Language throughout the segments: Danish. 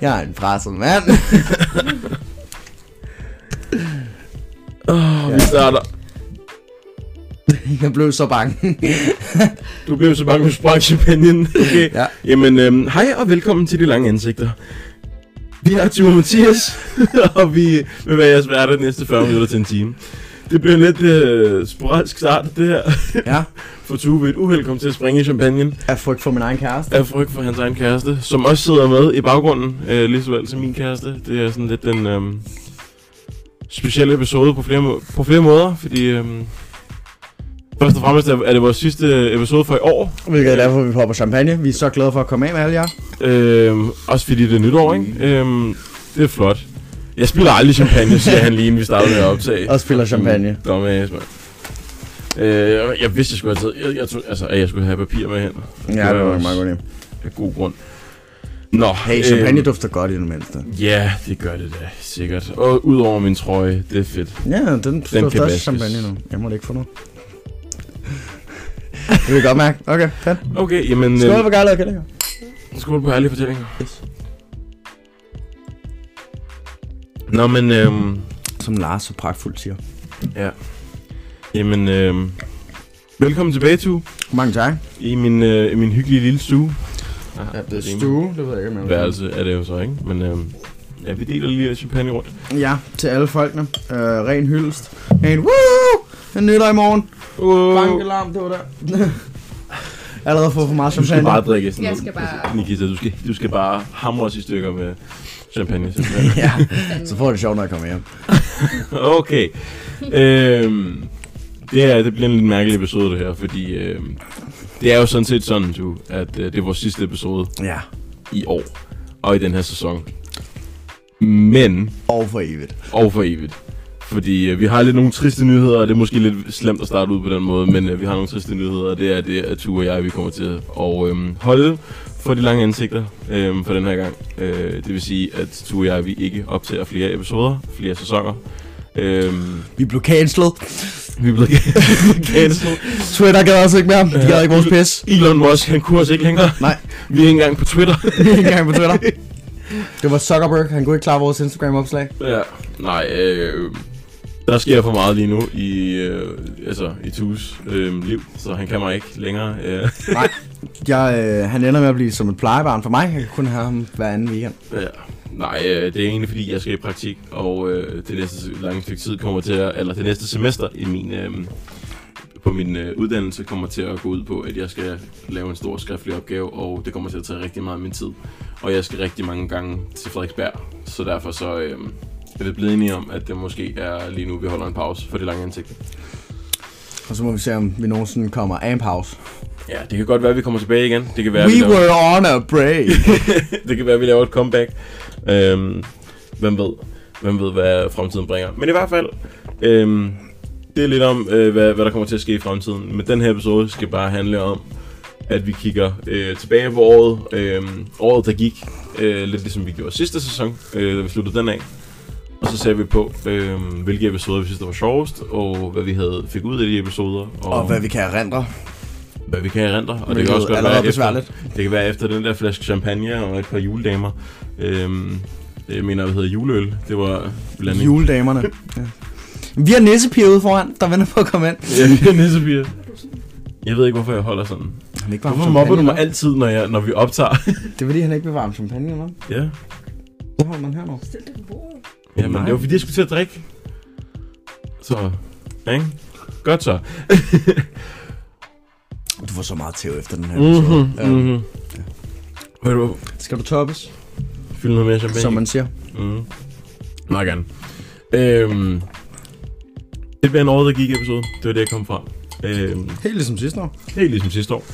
Jeg er en presset mand. Oh, vi starter. Jeg blev så bange. Du blev så bange, du sprang champagnen. Okay. Ja. Jamen, øhm, hej og velkommen til De Lange Ansigter. Vi er Timo Mathias, og vi vil være jeres værter de næste 40 minutter til en time. Det bliver en lidt øh, sporadisk start, det her. Ja. For Tue ved et uheld kom til at springe i champagnen Af frygt for min egen kæreste. af frygt for hans egen kæreste, som også sidder med i baggrunden, øh, lige så vel som min kæreste. Det er sådan lidt den øhm, specielle episode på flere, må- på flere måder, fordi... Øhm, Først og fremmest er er det vores sidste episode for i år, Hvilket er derfor, vi popper champagne. Vi er så glade for at komme af med alle jer. Øhm, også fordi det er nytår, Mm. ikke? Øhm, det er flot. Jeg spiller aldrig champagne, siger han lige, inden vi startede med at optage. Og spiller champagne. Mm, Dumbass, mand. Øh, jeg vidste, jeg skulle have taget... Jeg, jeg tog, altså, at jeg skulle have papir med hen. Ja, det var en meget godt. Øh. idé. Af god grund. Nå, Øh, øhm, Hey, champagne dufter godt i det mindste. Ja, det gør det da, sikkert. Og udover min trøje, det er fedt. Ja, den, den kan dufter også vaskes. champagne nu. Jeg må da ikke få noget. Det vil jeg godt mærke. Okay, fedt. Okay, jamen... Skål for gejlede kællinger. øh, skål på ærlige fortællinger. Nå, men... Øhm, Som Lars så pragtfuldt siger. Ja. Jamen, øh, velkommen tilbage, Tue, Mange tak. i min, øh, i min hyggelige lille stue. Ah, det ved jeg ikke, om Værelse er det jo så, ikke? Men øh, ja, vi deler lige lidt champagne rundt. Ja, til alle folkene. Øh, ren hyldest. En woo! En nytår i morgen. Uh, Bankelarm, det var der. Allerede fået for meget du skal champagne. bare drikke sådan Jeg noget. skal bare- Nikita, du skal, du skal bare hamre os i stykker med champagne. simpelthen. ja, så får jeg det sjovt, når jeg kommer hjem. okay. Øhm, det, er, det bliver en lidt mærkelig episode, det her, fordi øhm, det er jo sådan set sådan, du, at øh, det er vores sidste episode Ja, i år og i den her sæson. Men og for evigt. og for evigt. Fordi øh, vi har lidt nogle triste nyheder, og det er måske lidt slemt at starte ud på den måde, men øh, vi har nogle triste nyheder, og det er det, at Tue og jeg vi kommer til at og, øhm, holde for de lange ansigter øhm, for den her gang. Øh, det vil sige, at Tue og jeg vi ikke optager flere episoder, flere sæsoner. Øhm, Vi blev cancelled. vi er blevet cancelled. Twitter gad også ikke mere. De gad ikke vores pis. Elon Musk, han kunne os ikke længere. Nej. Vi er ikke engang på Twitter. ikke engang på Twitter. Det var Zuckerberg. Han kunne ikke klare vores Instagram-opslag. Ja, nej, øh, der sker for meget lige nu i, øh, altså, i Tues øh, liv, så han kan mig ikke længere. Øh, Nej. Jeg, øh, han ender med at blive som et plejebarn for mig. Jeg kan kun have ham hver anden weekend. ja. Nej, øh, det er egentlig fordi, jeg skal i praktik, og øh, det næste lange stykke tid kommer til at, eller det næste semester i min, øh, på min øh, uddannelse kommer til at gå ud på, at jeg skal lave en stor skriftlig opgave, og det kommer til at tage rigtig meget af min tid. Og jeg skal rigtig mange gange til Frederiksberg, så derfor så øh, er vi blevet enige om, at det måske er lige nu, vi holder en pause for det lange ansigt. Og så må vi se, om vi nogensinde kommer af en pause. Ja, det kan godt være, at vi kommer tilbage igen. Det kan være, We vi laver, were on a break. det kan være, at vi laver et comeback. Øhm, hvem ved? Hvem ved, hvad fremtiden bringer? Men i hvert fald, øhm, det er lidt om, øh, hvad, hvad der kommer til at ske i fremtiden. Men den her episode skal bare handle om, at vi kigger øh, tilbage på året. Øh, året, der gik. Øh, lidt ligesom vi gjorde sidste sæson, øh, da vi sluttede den af. Og så ser vi på, øh, hvilke episoder vi synes, der var sjovest, og hvad vi havde fik ud af de episoder. Og hvad vi kan erindre. hvad vi kan erindre. Og det Hvilket kan også godt allerede være er efter, besværligt. det kan være efter den der flaske champagne og et par juledamer. Øhm, jeg mener, hvad hedder juleøl. Det var blanding. Juledamerne. Ja. Vi har nissepiger ude foran, der venter på at komme ind. Ja, vi er nissepiger. Jeg ved ikke, hvorfor jeg holder sådan. Han ikke Hvorfor mobber du mig altid, når, jeg, når vi optager? Det er fordi, han ikke vil varme champagne, eller? ja. Hvor holder man her nu? Stil det på bordet. Jamen, Nej. det var fordi, jeg skulle til at drikke. Så, ja, ikke? Godt så. Du får så meget tæv efter den her episode. Mhm, mm-hmm. mhm. Ved du, hvad? Skal du toppes, fyld noget mere champagne. som man siger? Mm. Meget gerne. Øhm, det bliver en året, der gik episode. Det var det, jeg kom fra. Øhm, Helt ligesom sidste år. helt ligesom sidste år.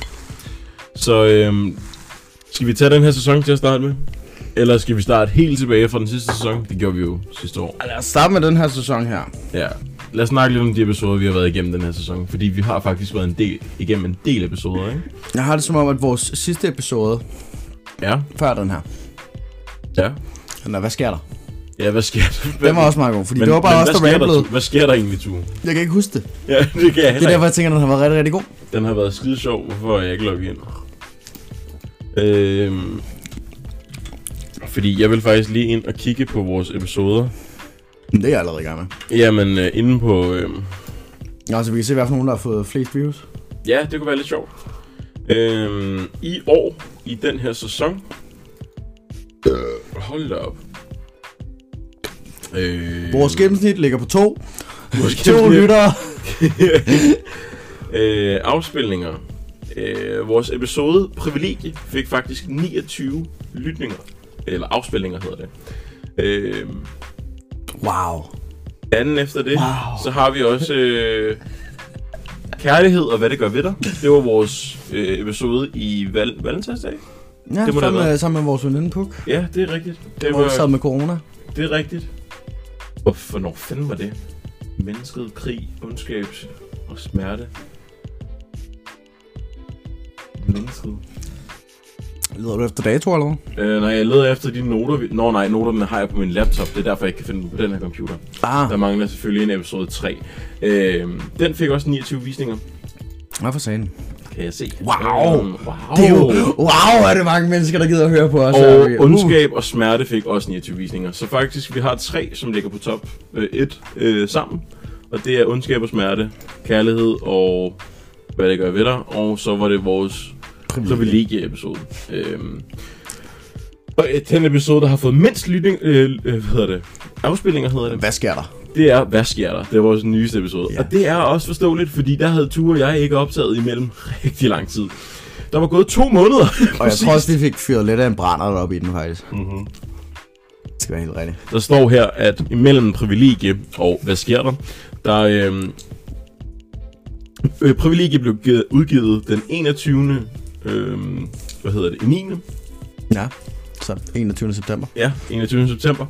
Så øhm, skal vi tage den her sæson til at starte med? Eller skal vi starte helt tilbage fra den sidste sæson? Det gjorde vi jo sidste år. Lad os starte med den her sæson her. Ja. Lad os snakke lidt om de episoder, vi har været igennem den her sæson. Fordi vi har faktisk været en del, igennem en del episoder, ikke? Jeg har det som om, at vores sidste episode Ja. før den her, Ja. eller hvad sker der? Ja, hvad sker der? Den var også meget god, fordi men, det var bare men os, hvad der sker ramblede. Tue? Hvad sker der egentlig, Tue? Jeg kan ikke huske det. Ja, det kan jeg Det heller er ikke. derfor, jeg tænker, at den har været rigtig, rigtig god. Den har været skide sjov, hvorfor er jeg ikke logget ind? Øhm, Fordi jeg vil faktisk lige ind og kigge på vores episoder. Men det er jeg allerede i gang med. Jamen, øh, inde på... Øh, Nå, så vi kan se, hvad for nogen, der har fået flest views. ja, det kunne være lidt sjovt. Øh, I år, i den her sæson... Øh, hold da op. Øh, Vores gennemsnit ligger på to. vores To gennemsnit- lyttere. øh, afspilninger. Øh, vores episode Privilegie fik faktisk 29 lytninger. Eller afspilninger hedder det. Øh, Wow. anden efter det, Wow. så har vi også øh, Kærlighed og hvad det gør ved dig. Det var vores øh, episode i val- Valentinsdag. Ja, Det må det sammen, have med, sammen med vores veninde Puk. Ja, det er rigtigt. Det, Hvor vi sad var, med corona. det er rigtigt. Hvor- Hvornår fanden var det? Mennesket, krig, ondskab og smerte. Mennesket. Leder du efter dato eller hvad? Øh, når jeg leder efter de noter... Vi... Nå nej, noterne har jeg på min laptop. Det er derfor, jeg ikke kan finde dem på den her computer. Ah, Der mangler selvfølgelig en episode 3. Øh, den fik også 29 visninger. hvad for sagen? Kan jeg se. Wow! Øhm, wow. Det er jo, wow, er det mange mennesker, der gider at høre på os. Uh. Og Herre. ondskab og smerte fik også 29 visninger. Så faktisk, vi har tre, som ligger på top 1 øh, et, øh, sammen. Og det er ondskab og smerte, kærlighed og hvad det gør ved dig. Og så var det vores privilegie-episode. Øhm. Og øh, den episode, der har fået mindst lytning, øh, øh, hvad hedder det? afspillinger, hedder det, Hvad sker der? det er Hvad sker der? Det er vores nyeste episode. Ja. Ja. Og det er også forståeligt, fordi der havde Ture og jeg ikke optaget imellem rigtig lang tid. Der var gået to måneder. Og jeg præcis. tror også, de fik fyret lidt af en brænder op i den, faktisk. Mm-hmm. Det skal være helt rigtigt. Der står her, at imellem privilegie og hvad sker der, der øhm, øh, privilegie blev givet, udgivet den 21. Øhm, hvad hedder det, 9. Ja, så 21. september. Ja, 21. september.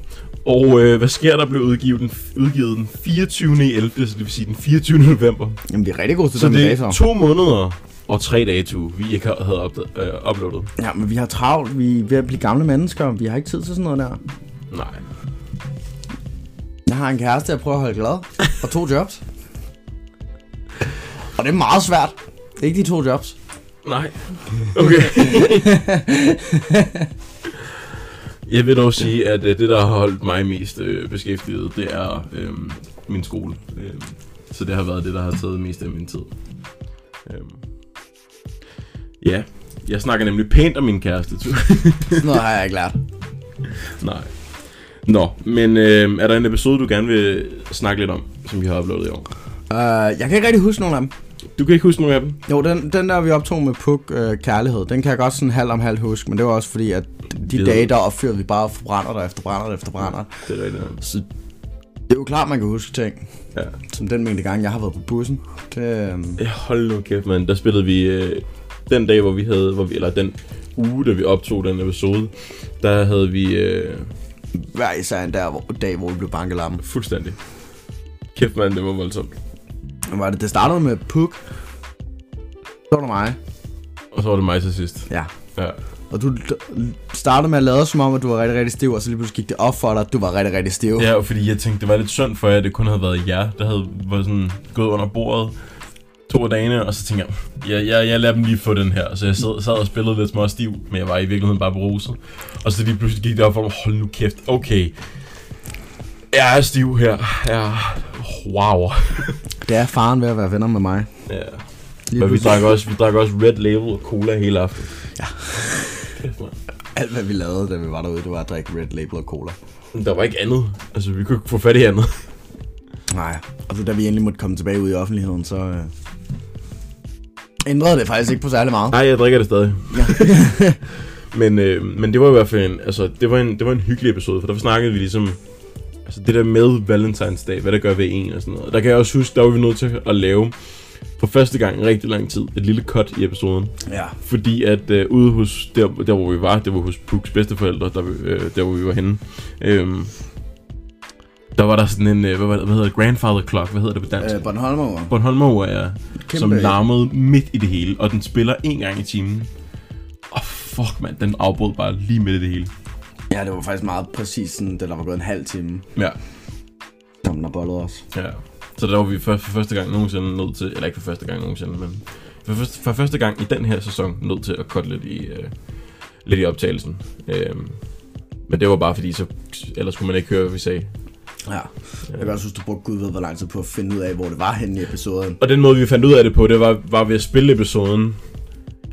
Og øh, hvad sker der blev udgivet den, udgivet den 24. 11. Så det vil sige den 24. november. Jamen, vi er rigtig gode til Så sådan det det er dage, to måneder og tre dage, du, vi ikke har- havde opda- øh, uploadet. Ja, men vi har travlt. Vi er ved at blive gamle mennesker. Vi har ikke tid til sådan noget der. Nej. Jeg har en kæreste, jeg prøver at holde glad. Og to jobs. Og det er meget svært. Det er ikke de to jobs. Nej. Okay. jeg vil dog sige, at øh, det, der har holdt mig mest øh, beskæftiget, det er øh, min skole. Øh, så det har været det, der har taget mest af min tid. Øh. Ja, jeg snakker nemlig pænt om min kæreste. Tue. Sådan noget har jeg ikke lært. Nej. Nå, men øh, er der en episode, du gerne vil snakke lidt om, som vi har uploadet i år? Uh, jeg kan ikke rigtig huske nogen af dem. Du kan ikke huske nogen af dem? Jo, den, den der vi optog med Puk, øh, Kærlighed, den kan jeg godt sådan halv om halv huske, men det var også fordi, at de Det- dage, der opfører vi bare forbrænder der efter brænder der efter brænder. Det er rigtigt. Så det er jo klart, man kan huske ting, Ja. som den mængde gange, jeg har været på bussen. Det, øh, Ja, Hold nu kæft, mand. Der spillede vi øh, den dag, hvor vi havde, hvor vi, eller den uge, da vi optog den episode, der havde vi øh, hver især en der, hvor, dag, hvor vi blev banket lamme. fuldstændig. Kæft, mand, det var voldsomt. Hvad Var det, det startede med Puk, så var det mig, Og så var det mig til sidst. ja. Ja. Og du l- startede med at lade som om, at du var rigtig, rigtig stiv, og så lige pludselig gik det op for dig, at du var rigtig, rigtig stiv. ja, og fordi jeg tænkte, det var lidt synd for jer, at det kun havde været jer, der havde var sådan, gået under bordet to af dagene, og så tænkte jeg, jeg, jeg, jeg lader dem lige få den her. Så jeg sad, sad og spillede lidt små stiv, men jeg var i virkeligheden bare beruset. Og så lige pludselig gik det op for mig, hold nu kæft, okay. Jeg er stiv her. Ja. Wow. Det er faren ved at være venner med mig. Ja. Lige Men vi pludselig- drak, også, vi drak også Red Label og cola hele aftenen. Ja. Alt hvad vi lavede, da vi var derude, det var at drikke Red Label og Cola. Der var ikke andet. Altså, vi kunne ikke få fat i andet. Nej, og så da vi endelig måtte komme tilbage ud i offentligheden, så øh, ændrede det faktisk ikke på særlig meget. Nej, jeg drikker det stadig. Ja. men, øh, men det var i hvert fald en, altså, det var en, det var en hyggelig episode, for der snakkede vi ligesom, altså det der med Valentinsdag, hvad der gør ved en og sådan noget. Der kan jeg også huske, der var vi nødt til at lave, for første gang i rigtig lang tid, et lille cut i episoden. ja. Fordi at øh, ude hos, der, der hvor vi var, det var hos Puks bedsteforældre, der, øh, der hvor vi var henne, øh, der var der sådan en, øh, hvad, var det, hvad hedder det, grandfather clock, hvad hedder det på dansk? Øh, Øh, Bornholmer. Bornholmer ja, Kæmpe- som larmede midt i det hele, og den spiller en gang i timen. Og oh, fuck mand, den afbrød bare lige midt i det hele. Ja, det var faktisk meget præcis sådan, da der var gået en halv time, Ja, som der bollede os. ja. Så der var vi for, for første gang nogensinde nødt til, eller ikke for første gang nogensinde, men for første, for første gang i den her sæson nødt til at cutte lidt i, øh, lidt i optagelsen. Øh, Men det var bare fordi, så, ellers kunne man ikke høre, hvad vi sagde. Ja. Jeg kan godt synes, du brugte gud ved, hvor lang tid på at finde ud af, hvor det var henne i episoden. Og den måde, vi fandt ud af det på, det var, var ved at spille episoden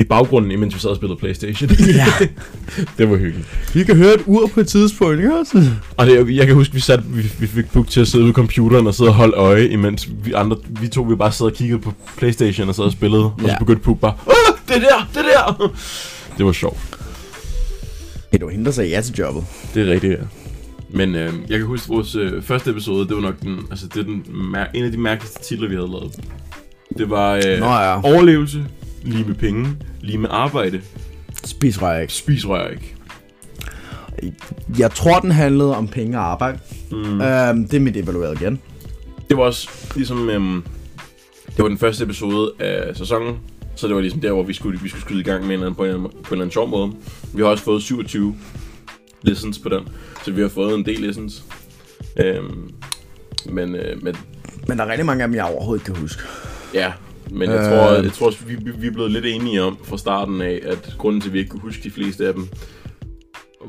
i baggrunden, imens vi sad og spillede Playstation. Ja. det var hyggeligt. Vi kan høre et ur på et tidspunkt, ikke også? Og det, jeg kan huske, vi, sat, vi, vi fik Puk til at sidde ved computeren og sidde og holde øje, imens vi, andre, vi to vi bare sad og kiggede på Playstation og sad og spillede. Ja. Og Ja. så begyndte Puk bare, Åh, det der, det der! Det var sjovt. Ja, det var hende, der sagde ja til jobbet. Det er rigtigt, ja. Men øh, jeg kan huske, vores øh, første episode, det var nok den, altså, det er den mær- en af de mærkeligste titler, vi havde lavet. Det var øh, Nå ja. overlevelse, lige med penge, lige med arbejde, Spis røg, ikke? spis rør ikke. Jeg tror, den handlede om penge og arbejde. Mm. Øhm, det er mit evalueret igen. Det var også ligesom, øh, det var den første episode af sæsonen, så det var ligesom der, hvor vi skulle, vi skulle skyde i gang med en eller anden, på, en eller anden, på en eller anden sjov måde. Vi har også fået 27 listens på den, så vi har fået en del listens. Øh, men, øh, men Men der er rigtig mange af dem, jeg overhovedet ikke kan huske. Ja, men jeg Øh. tror, jeg tror også, vi, vi- vi er blevet lidt enige om fra starten af, at grunden til, at vi ikke kunne huske de fleste af dem,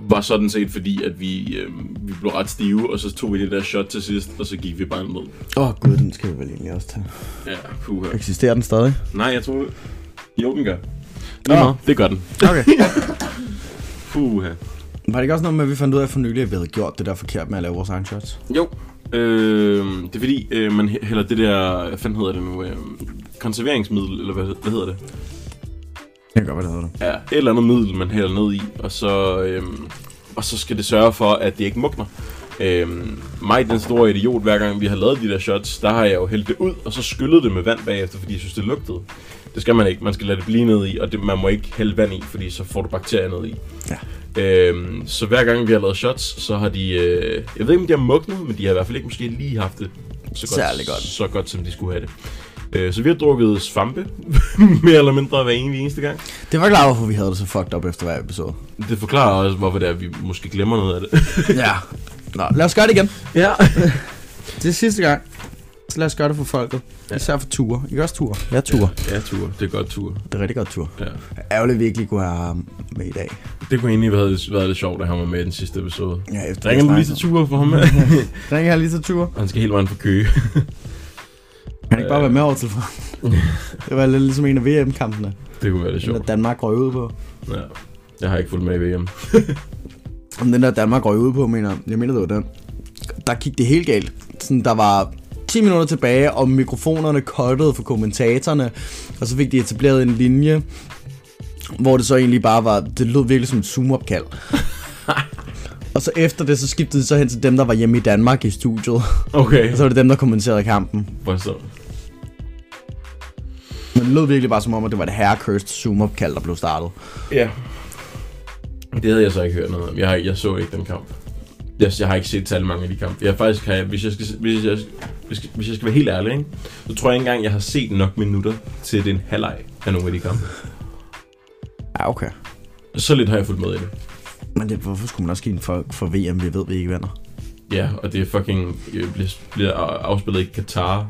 var sådan set fordi, at vi, øh, vi blev ret stive, og så tog vi det der shot til sidst, og så gik vi bare ned. Åh oh, gud, den skal vi vel egentlig også tage. Ja, puha. Eksisterer den stadig? Nej, jeg tror... Jo, den gør. Nå, ja. det gør den. Okay. Puha. Var det ikke også noget med, at vi fandt ud af for nylig, at vi havde gjort det der forkert med at lave vores egen shots? Jo. Øh, det er fordi, øh, man hæ- hælder det der... Hvad fanden hedder det nu? Øh, konserveringsmiddel, eller hvad, hvad hedder det? Jeg kan godt, hvad det hedder. Ja, et eller andet middel, man hælder ned i, og så, øhm, og så skal det sørge for, at det ikke mugner. Øhm, mig, den store idiot, hver gang vi har lavet de der shots, der har jeg jo hældt det ud, og så skyllet det med vand bagefter, fordi jeg synes, det lugtede. Det skal man ikke. Man skal lade det blive ned i, og det, man må ikke hælde vand i, fordi så får du bakterier ned i. Ja. Øhm, så hver gang vi har lavet shots, så har de... Øh, jeg ved ikke, om de har mugnet, men de har i hvert fald ikke måske lige haft det så godt, Særlig godt. Så godt som de skulle have det. Øh, så vi har drukket svampe, mere eller mindre hver eneste gang. Det var klart, hvorfor vi havde det så fucked up efter hver episode. Det forklarer også, hvorfor det er, at vi måske glemmer noget af det. ja. Nå, lad os gøre det igen. ja. Det er sidste gang. Så lad os gøre det for folket. Ja. Især for ture. Ikke også ture? Ja, ture. Ja, tur. Det er godt tur. Det er rigtig godt ture. Ja. Ærgerligt, vi ikke lige kunne have ham med i dag. Det kunne egentlig have været, været lidt sjovt, at han var med i den sidste episode. Ja, efter Ringer du lige til tur for ham? Ringer jeg lige til ture? han skal helt vejen for Køge. Kan han ikke bare være med over telefonen? det var lidt ligesom en af VM-kampene, Det kunne være lidt den der sjovt. Danmark røg ud på. Ja. Jeg har ikke fulgt med i VM. Om den der Danmark røg ud på, mener jeg. jeg. mener, det var den. Der gik det helt galt. Sådan, der var 10 minutter tilbage, og mikrofonerne kottede for kommentatorerne, og så fik de etableret en linje, hvor det så egentlig bare var, det lød virkelig som et zoom-opkald. og så efter det, så skiftede de så hen til dem, der var hjemme i Danmark i studiet. Okay. Og så var det dem, der kommenterede kampen. Hvor så? Men det lød virkelig bare som om, at det var det herre-cursed zoom-opkald, der blev startet. Ja. Det havde jeg så ikke hørt noget om. Jeg, har, jeg så ikke den kamp. Jeg, jeg har ikke set særlig mange af de kampe. Jeg faktisk har, hvis, jeg skal, hvis, jeg, hvis, hvis jeg skal være helt ærlig, ikke? så tror jeg ikke engang, jeg har set nok minutter til at det er en halvleg af nogle af de kampe. Ja, okay. Så lidt har jeg fulgt med i det. Men det, hvorfor skulle man også give en for, for VM, vi ved, vi ikke vinder? Ja, og det er fucking øh, bliver, bliver afspillet i Katar.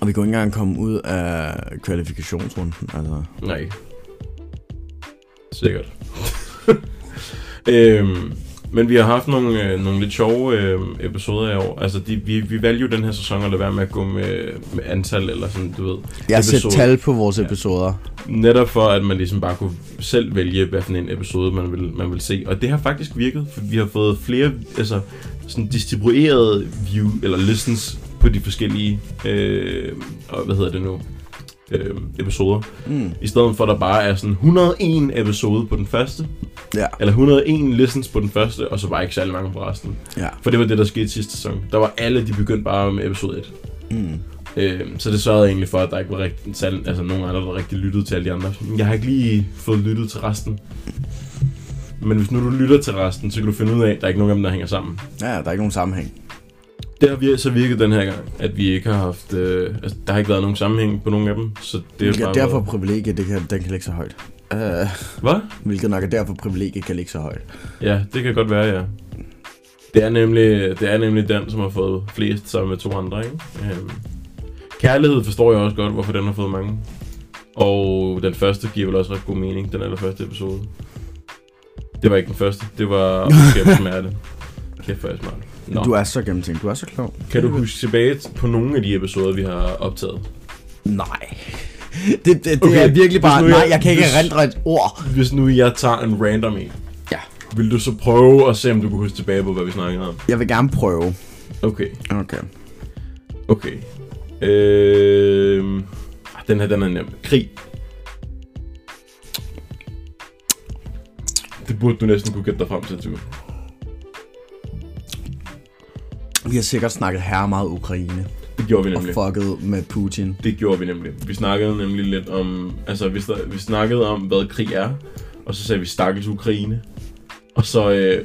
Og vi kunne ikke engang komme ud af kvalifikationsrunden, altså. Nej. Sikkert. øhm, men vi har haft nogle, øh, nogle lidt sjove øh, episoder i år. Altså, de, vi, vi valgte jo den her sæson at lade være med at gå med, med antal eller sådan, du ved. Jeg har set episoder. tal på vores episoder. Netop for, at man ligesom bare kunne selv vælge, hvad for en episode man vil, man vil se. Og det har faktisk virket, for vi har fået flere altså, sådan distribuerede view, eller listens på de forskellige, øh, og hvad hedder det nu, øh, episoder. Mm. I stedet for, at der bare er sådan 101 episode på den første, Ja, eller 101 listens på den første, og så bare ikke særlig mange på resten. ja. For det var det, der skete sidste sæson. Der var alle, de begyndte bare med episode 1. Mm. Øh, så det sørgede egentlig for, at der ikke var rigtig, sal, altså, nogen andre, der rigtig lyttede til alle de andre. Jeg har ikke lige fået lyttet til resten. Men hvis nu du lytter til resten, så kan du finde ud af, at der er ikke nogen af dem, der hænger sammen. Ja, der er ikke nogen sammenhæng. Det har vi så virket den her gang, at vi ikke har haft... Øh, altså, der har ikke været nogen sammenhæng på nogen af dem, så det er Hvilket er bare... derfor privilegiet, det kan, den kan ligge så højt. Uh, Hvad? hvilket nok er derfor privilegiet kan ligge så højt. Ja, det kan godt være, ja. Det er nemlig, det er nemlig den, som har fået flest sammen med to andre, ikke? Øhm. Kærlighed forstår jeg også godt, hvorfor den har fået mange. Og den første giver vel også ret god mening, den allerførste episode. Det var ikke den første. Det var kæft smerte. Kæft hvor er jeg smart. Nå. Du er så gennemtænkt, du er så klog. Kan du huske tilbage på nogle af de episoder, vi har optaget? Nej. Det, det, det Okay, okay. er virkelig bare, hvis nu jeg- nej, jeg kan ikke hvis- erindre et ord. Hvis nu jeg tager en random en, Ja. vil du så prøve at se, om du kan huske tilbage på, hvad vi snakkede om? Jeg vil gerne prøve. Okay, Okay. okay. Øh, den her, den er nem. Krig. Det burde du næsten kunne gætte dig frem til, Tue. Vi har sikkert snakket her meget Ukraine Det gjorde vi og nemlig. fucket med Putin. Det gjorde vi nemlig. Vi snakkede nemlig lidt om... Altså, vi, snak- vi snakkede om, hvad krig er. Og så sagde vi, stakkels Ukraine. Og så, øh,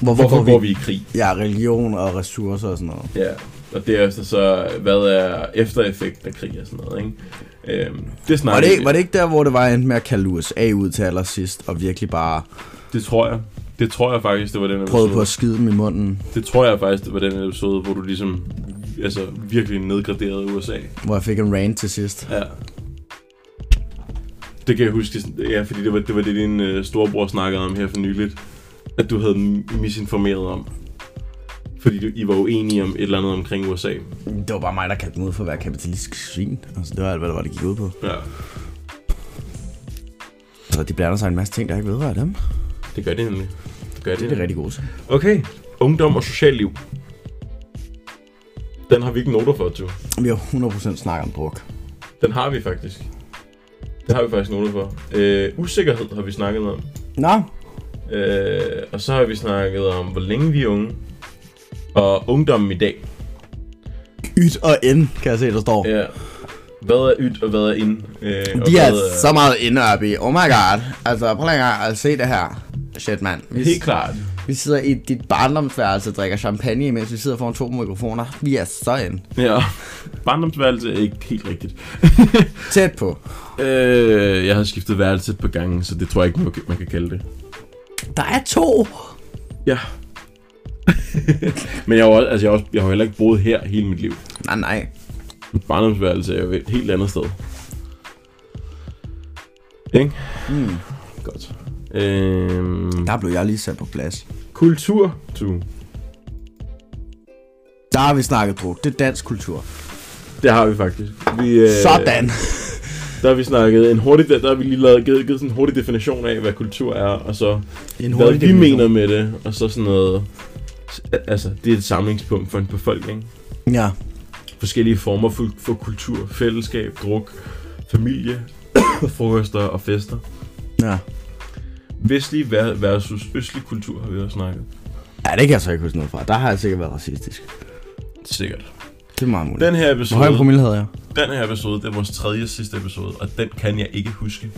Hvor, hvorfor går vi i krig? Ja, religion og ressourcer og sådan noget. Ja, og derefter så, hvad er eftereffekt af krig og sådan noget, ikke? Øhm, det snakker Var det, vi- ikke, var det ikke der, hvor det var endt med at kalde USA ud til allersidst, og virkelig bare Det tror jeg. Det tror jeg faktisk, det var den prøvede episode. på at skide dem i munden, Det tror jeg faktisk, det var den episode, hvor du ligesom altså, virkelig nedgraderede USA. hvor jeg fik en rant til sidst? Ja. Det kan jeg huske, sådan- ja, fordi det var det, var det din øh, storebror snakkede om her for nyligt, at du havde m- misinformeret om. Fordi du, I var uenige om et eller andet omkring USA. Det var bare mig, der kaldte dem ud for at være kapitalistisk svin. Altså, det var alt, hvad der var, det gik ud på. Ja, Så de blander sig en masse ting, der ikke vedrører dem. det gør det nemlig. Det gør det, Det er nemlig. det rigtig gode til. Okay. Ungdom og socialliv. Den har vi ikke noter for, Tue. Vi har 100% snakket om druk. Den har vi faktisk. Den har vi faktisk noter for. Øh, usikkerhed har vi snakket om. Nå, Øh, og så har vi snakket om, hvor længe vi er unge. Og ungdommen i dag. yt og ind, kan jeg se, der står. Ja. Hvad er ydt, og hvad er ind? Øh, og De er hvad så meget inde op i. Oh my god. Altså, prøv lige en gang at se det her. Shit, mand. Vi, Helt klart. vi sidder i dit barndomsværelse og drikker champagne, mens vi sidder foran to mikrofoner. Vi er så inde. Ja. Barndomsværelse er ikke helt rigtigt. Tæt på. øh, jeg har skiftet værelse et par gange, så det tror jeg ikke, man kan- man kan kalde det. Der er to. Ja. Men jeg har, jo også, altså jeg, har også, jeg har jo heller ikke boet her hele mit liv. Nej, nej. Mit barndomsværelse er jo et helt andet sted. Ikke? Mm. Godt. Øhm, Der blev jeg lige sat på plads. kultur. Du. Der har vi snakket druk. Det er dansk kultur. Det har vi faktisk. Vi, øh, Sådan. Der har vi snakket en hurtig, der, der har vi lige lavet, givet, givet sådan en hurtig definition af, hvad kultur er, og så En hvad vi mener med det, og så sådan noget. Altså, det er et samlingspunkt for en befolkning. Ja. forskellige former for, for kultur, fællesskab, druk, familie, frokoster og fester. ja. Vestlig ver- versus østlig kultur har vi også snakket. Ja, det kan jeg så ikke huske noget fra. Der har jeg sikkert været racistisk. Sikkert. Det er meget muligt. Den her Hvor høj en episode, promille havde jeg? den her episode, det er vores tredje sidste episode, og den kan jeg ikke huske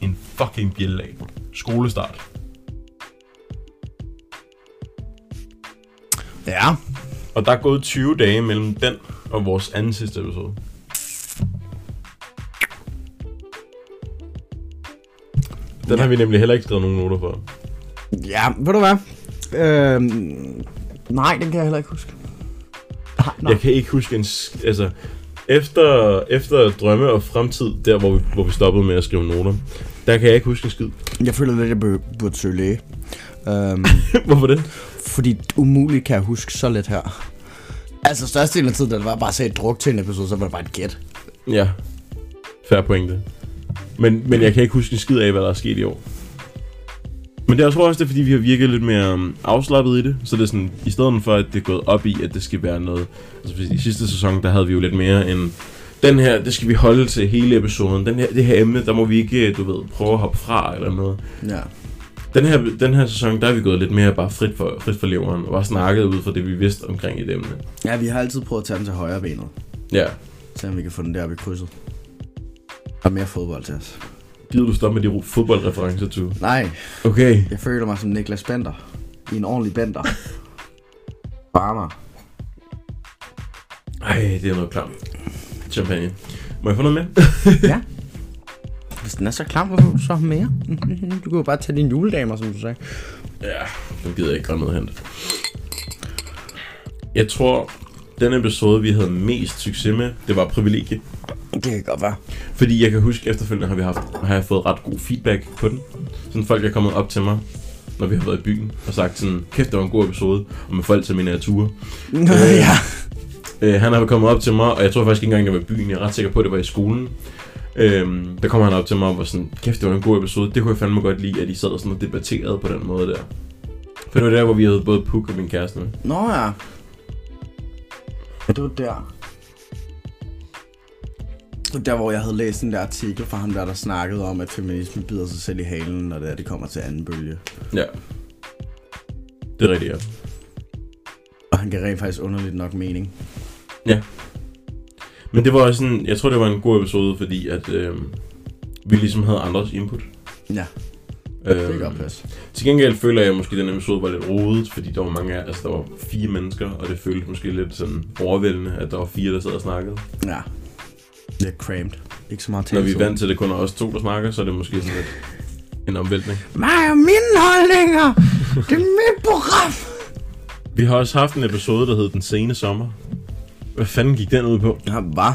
en fucking bjælle af. Skolestart. Ja. Og der er gået 20 dage mellem den og vores anden sidste episode. Den har vi nemlig heller ikke skrevet nogen noter for. Ja, ved du hvad? Øhm, nej, den kan jeg heller ikke huske. Ah, Nej, Nå. Jeg kan ikke huske en... sk- Altså, efter, efter drømme og fremtid, der hvor vi, hvor vi stoppede med at skrive noter, der kan jeg ikke huske en skid. Jeg føler lidt, at jeg bør- burde søge læge. Øhm, Hvorfor det? fordi umuligt kan jeg huske så lidt her. Altså, størstedelen af tiden, da det var bare at sagde druk til en episode, så var det bare et gæt. Ja. Færre pointe. Men, men jeg kan ikke huske en skid af, hvad der er sket i år. Men det er, jeg tror også, det er, fordi vi har virket lidt mere um, afslappet i det. Så det er sådan, i stedet for, at det er gået op i, at det skal være noget... Altså, fordi i sidste sæson, der havde vi jo lidt mere en... Den her, det skal vi holde til hele episoden. Den her, det her emne, der må vi ikke, du ved, prøve at hoppe fra eller noget. Ja. Den her, den her sæson, der er vi gået lidt mere bare frit for, frit for leveren, og bare snakket ud fra det, vi vidste omkring et emne. Ja, vi har altid prøvet at tage den til højre benet. Ja. Så vi kan få den der op i krydset. Og mere fodbold til os. Gider du stoppe med de ro- fodboldreferencer, Tue? Nej, Okay. jeg føler mig som Niklas Bender. I en ordentlig bender. Barmer. Ej, det er noget klamt. Champagne. Må jeg få noget med? Ja. Hvis den er så klam, hvorfor vil du så have mere? Du kan jo bare tage dine juledamer, som du sagde. ja, nu gider jeg ikke godt noget hente. Jeg tror, den episode, vi havde mest succes med, det var privilegie. Det kan godt være. Fordi jeg kan huske, efterfølgende har, vi haft, har jeg fået ret god feedback på den. Sådan folk er kommet op til mig når vi har været i byen, og sagt sådan, kæft, det var en god episode, og med folk til mine ture. Nå, ja. Øh, han har kommet op til mig, og jeg tror faktisk ikke engang, det var i byen. Jeg er ret sikker på, at det var i skolen. Øhm, der kommer han op til mig og var sådan, kæft, det var en god episode. Det kunne jeg fandme godt lide, at I sad og sådan og debatterede på den måde der. For det var der, hvor vi havde både Puk og min kæreste med. Nå ja. Ja, det var der. Det var der, hvor jeg havde læst den der artikel fra ham der, der snakkede om, at feminisme bider sig selv i halen, når det, er, det kommer til anden bølge. Ja. Det er rigtigt, ja. Og han kan rent faktisk underligt nok mening. Men det var også sådan, jeg tror, det var en god episode, fordi at øhm, vi ligesom havde andres input. Ja, Øhm, det kan godt passe. Til gengæld føler jeg måske, at den episode var lidt rodet, fordi der var mange af, altså der var fire mennesker, og det føltes måske lidt sådan overvældende, at der var fire, der sad og snakkede. Ja. Det er cramped. Ikke så meget Når vi er tale vant til, at det kun er os to, der snakker, så er det måske sådan lidt en omvæltning. Mig og mine holdninger! Det er mit program! Vi har også haft en episode, der hed Den Sene Sommer. Hvad fanden gik den ud på? Ja, hvad?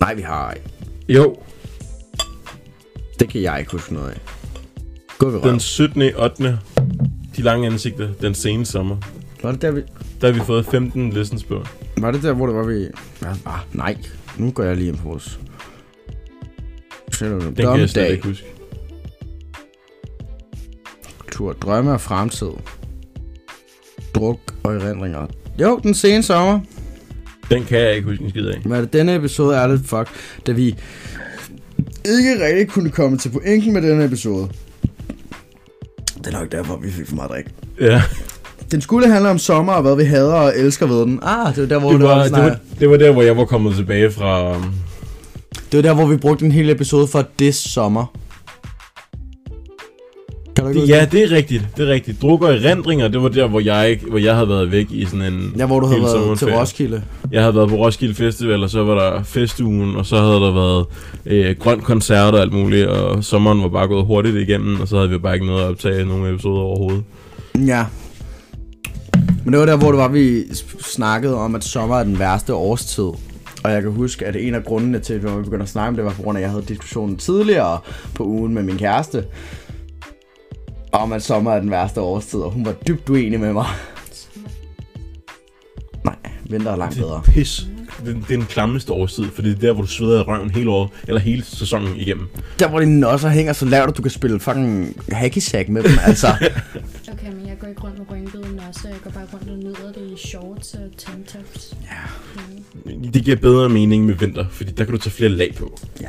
Nej, vi har ikke. Jo, Det kan jeg ikke huske noget af. Gå ved den 17. 8. De lange ansigter, Den Sene Sommer. Var det der, vi... Der har vi fået 15 listens på. Var det der, hvor det var vi... Ja, ah, nej. Nu går jeg lige ind på vores... Den kan jeg slet Dommedag, ikke huske. tur, drømme og fremtid. Druk og erindringer. Jo, den sene sommer. Den kan jeg ikke huske en skid af. Men det, denne episode er lidt fuck, da vi ikke rigtig kunne komme til pointen med denne episode. Det er nok derfor, vi fik for meget drik. Ja, Den skulle handle om sommer og hvad vi hader og elsker ved den. Ah, det var der, hvor det, det det, var, var, det, var, det var der, hvor jeg var kommet tilbage fra... øhm, det var der, hvor vi brugte en hel episode for det sommer. Kan du ikke huske Ja, det er rigtigt. Det er rigtigt. Druk og erindringer, det var der, hvor jeg, ikke, hvor jeg havde været væk i sådan en... det? Ja, hvor du havde hel været til sommerferie. Roskilde. Jeg havde været på Roskilde Festival, og så var der festugen, og så havde der været øh, grøn koncert og alt muligt, og sommeren var bare gået hurtigt igennem, og så havde vi bare ikke noget at optage nogen episoder overhovedet. Ja. Men det var der, hvor det var, vi sp- snakkede om, at sommer er den værste årstid. Og jeg kan huske, at en af grundene til, at vi begyndte at snakke om det, var på grund af, at jeg havde diskussionen tidligere på ugen med min kæreste. Om at sommer er den værste årstid, og hun var dybt uenig med mig. Nej, vinter er langt bedre. Pis. Det, det er den klammeste årstid, for det er der, hvor du sveder i røven hele året, eller hele sæsonen igennem. Der hvor dine nosser hænger så lavt, at du kan spille fucking hacky sack med dem, altså. Okay, men jeg går ikke rundt med rynkede nosser. Jeg går bare rundt og nyder det i shorts og tank tops. Ja. Det giver bedre mening med vinter, fordi der kan du tage flere lag på. ja.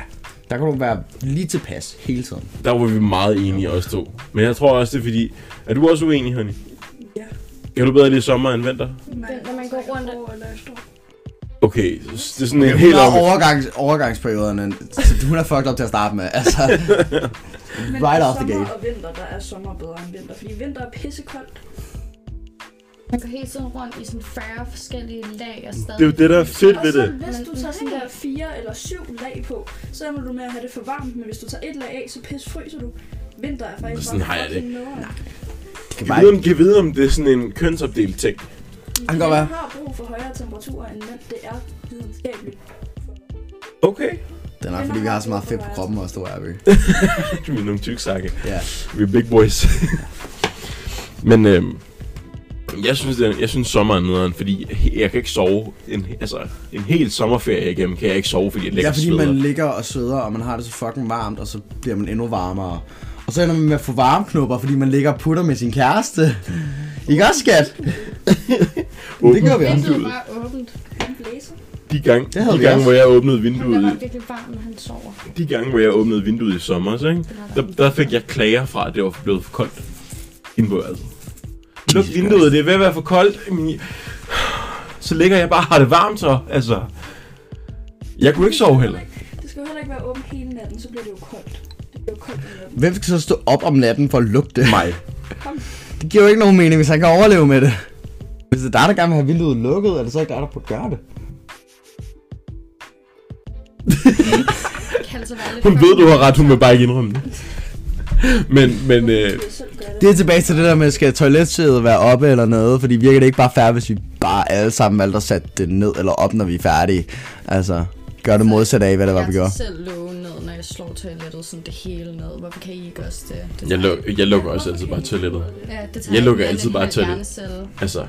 Der kan du være lige tilpas hele tiden. Der var vi meget enige også to. Men jeg tror også, det er fordi... Er du også uenig, Honey? Ja. Kan du bedre lide sommer end vinter? Den, når man går rundt og... Okay, så det er sådan en helt Hun har om... overgangs, overgangsperioderne. så Hun er fucked up til at starte med. Altså, Men Right i off the sommer gate. og vinter, der er sommer bedre end vinter, fordi vinter er pissekoldt. Man går hele tiden rundt i sådan 40 forskellige lag og stadig... Det er jo det, der er fedt Og ved så det. hvis Men- du tager sådan der fire eller syv lag på, så ender du med at have det for varmt, men hvis du tager et lag af, så pissefryser du. Vinter er faktisk Sådan bare har jeg det fucking ikke. nederen. det kan Kan bare vide, ikke. om, kan vide, om det er sådan en kønsopdelt ting. Han kan godt være. Kvinder har brug for højere temperaturer end mænd. Det er videnskabeligt. Okay. Det er nok fordi, vi har så meget fedt på kroppen også, tror jeg. vi. Vi er nogle tyksakke. Ja. Vi er big boys. Men øhm, jeg synes, det er, jeg synes sommeren er nederen, fordi he- jeg kan ikke sove. En, altså, en hel sommerferie igennem kan jeg ikke sove, fordi jeg Ja, lægger fordi sveder. man ligger og sveder, og man har det så fucking varmt, og så bliver man endnu varmere. Og så ender man med at få varmeknopper, fordi man ligger og putter med sin kæreste. Ikke også, skat? det gør vi også. Vinduet var åbent. En blæser. De gange, Det havde de vi gange også. hvor jeg åbnede Han bliver vinduet, bare virkelig varm, når han sover. de gange, hvor jeg åbnede vinduet i sommer, så, ikke? Der, der fik jeg klager fra, at det var blevet for koldt inde på altså. Luk Jesus vinduet, det er ved at være for koldt. men I- Så ligger jeg bare og har det varmt, så altså. Jeg kunne ikke sove heller. Det skal jo heller ikke være åbent hele natten, så bliver det jo koldt. Det bliver jo koldt om natten. Hvem skal så stå op om natten for at lukke det? Mig. Det giver jo ikke nogen mening, hvis han kan overleve med det. Hvis det er dig, der gerne vil have vinduet lukket, er det så ikke dig, der burde gøre det? Det kan altså være lidt Hun ved, du har ret, hun vil bare ikke indrømme det. Men, men, øh, Det er selv gør det. Det er tilbage til det der med, skal toiletsædet være oppe eller noget? Fordi virker det ikke bare færre, hvis vi bare alle sammen valgte at sætte det ned eller op, når vi er færdige? Altså, gør det modsatte af, hvad det var, vi Jeg gjorde. tager selv lågen ned, når jeg slår toilettet, sådan det hele ned. Hvorfor kan I ikke også det? det Jeg, tager- luk, jeg lukker også altid bare toilettet. Ja, det jeg lukker altid bare toilet. toilettet. Altså,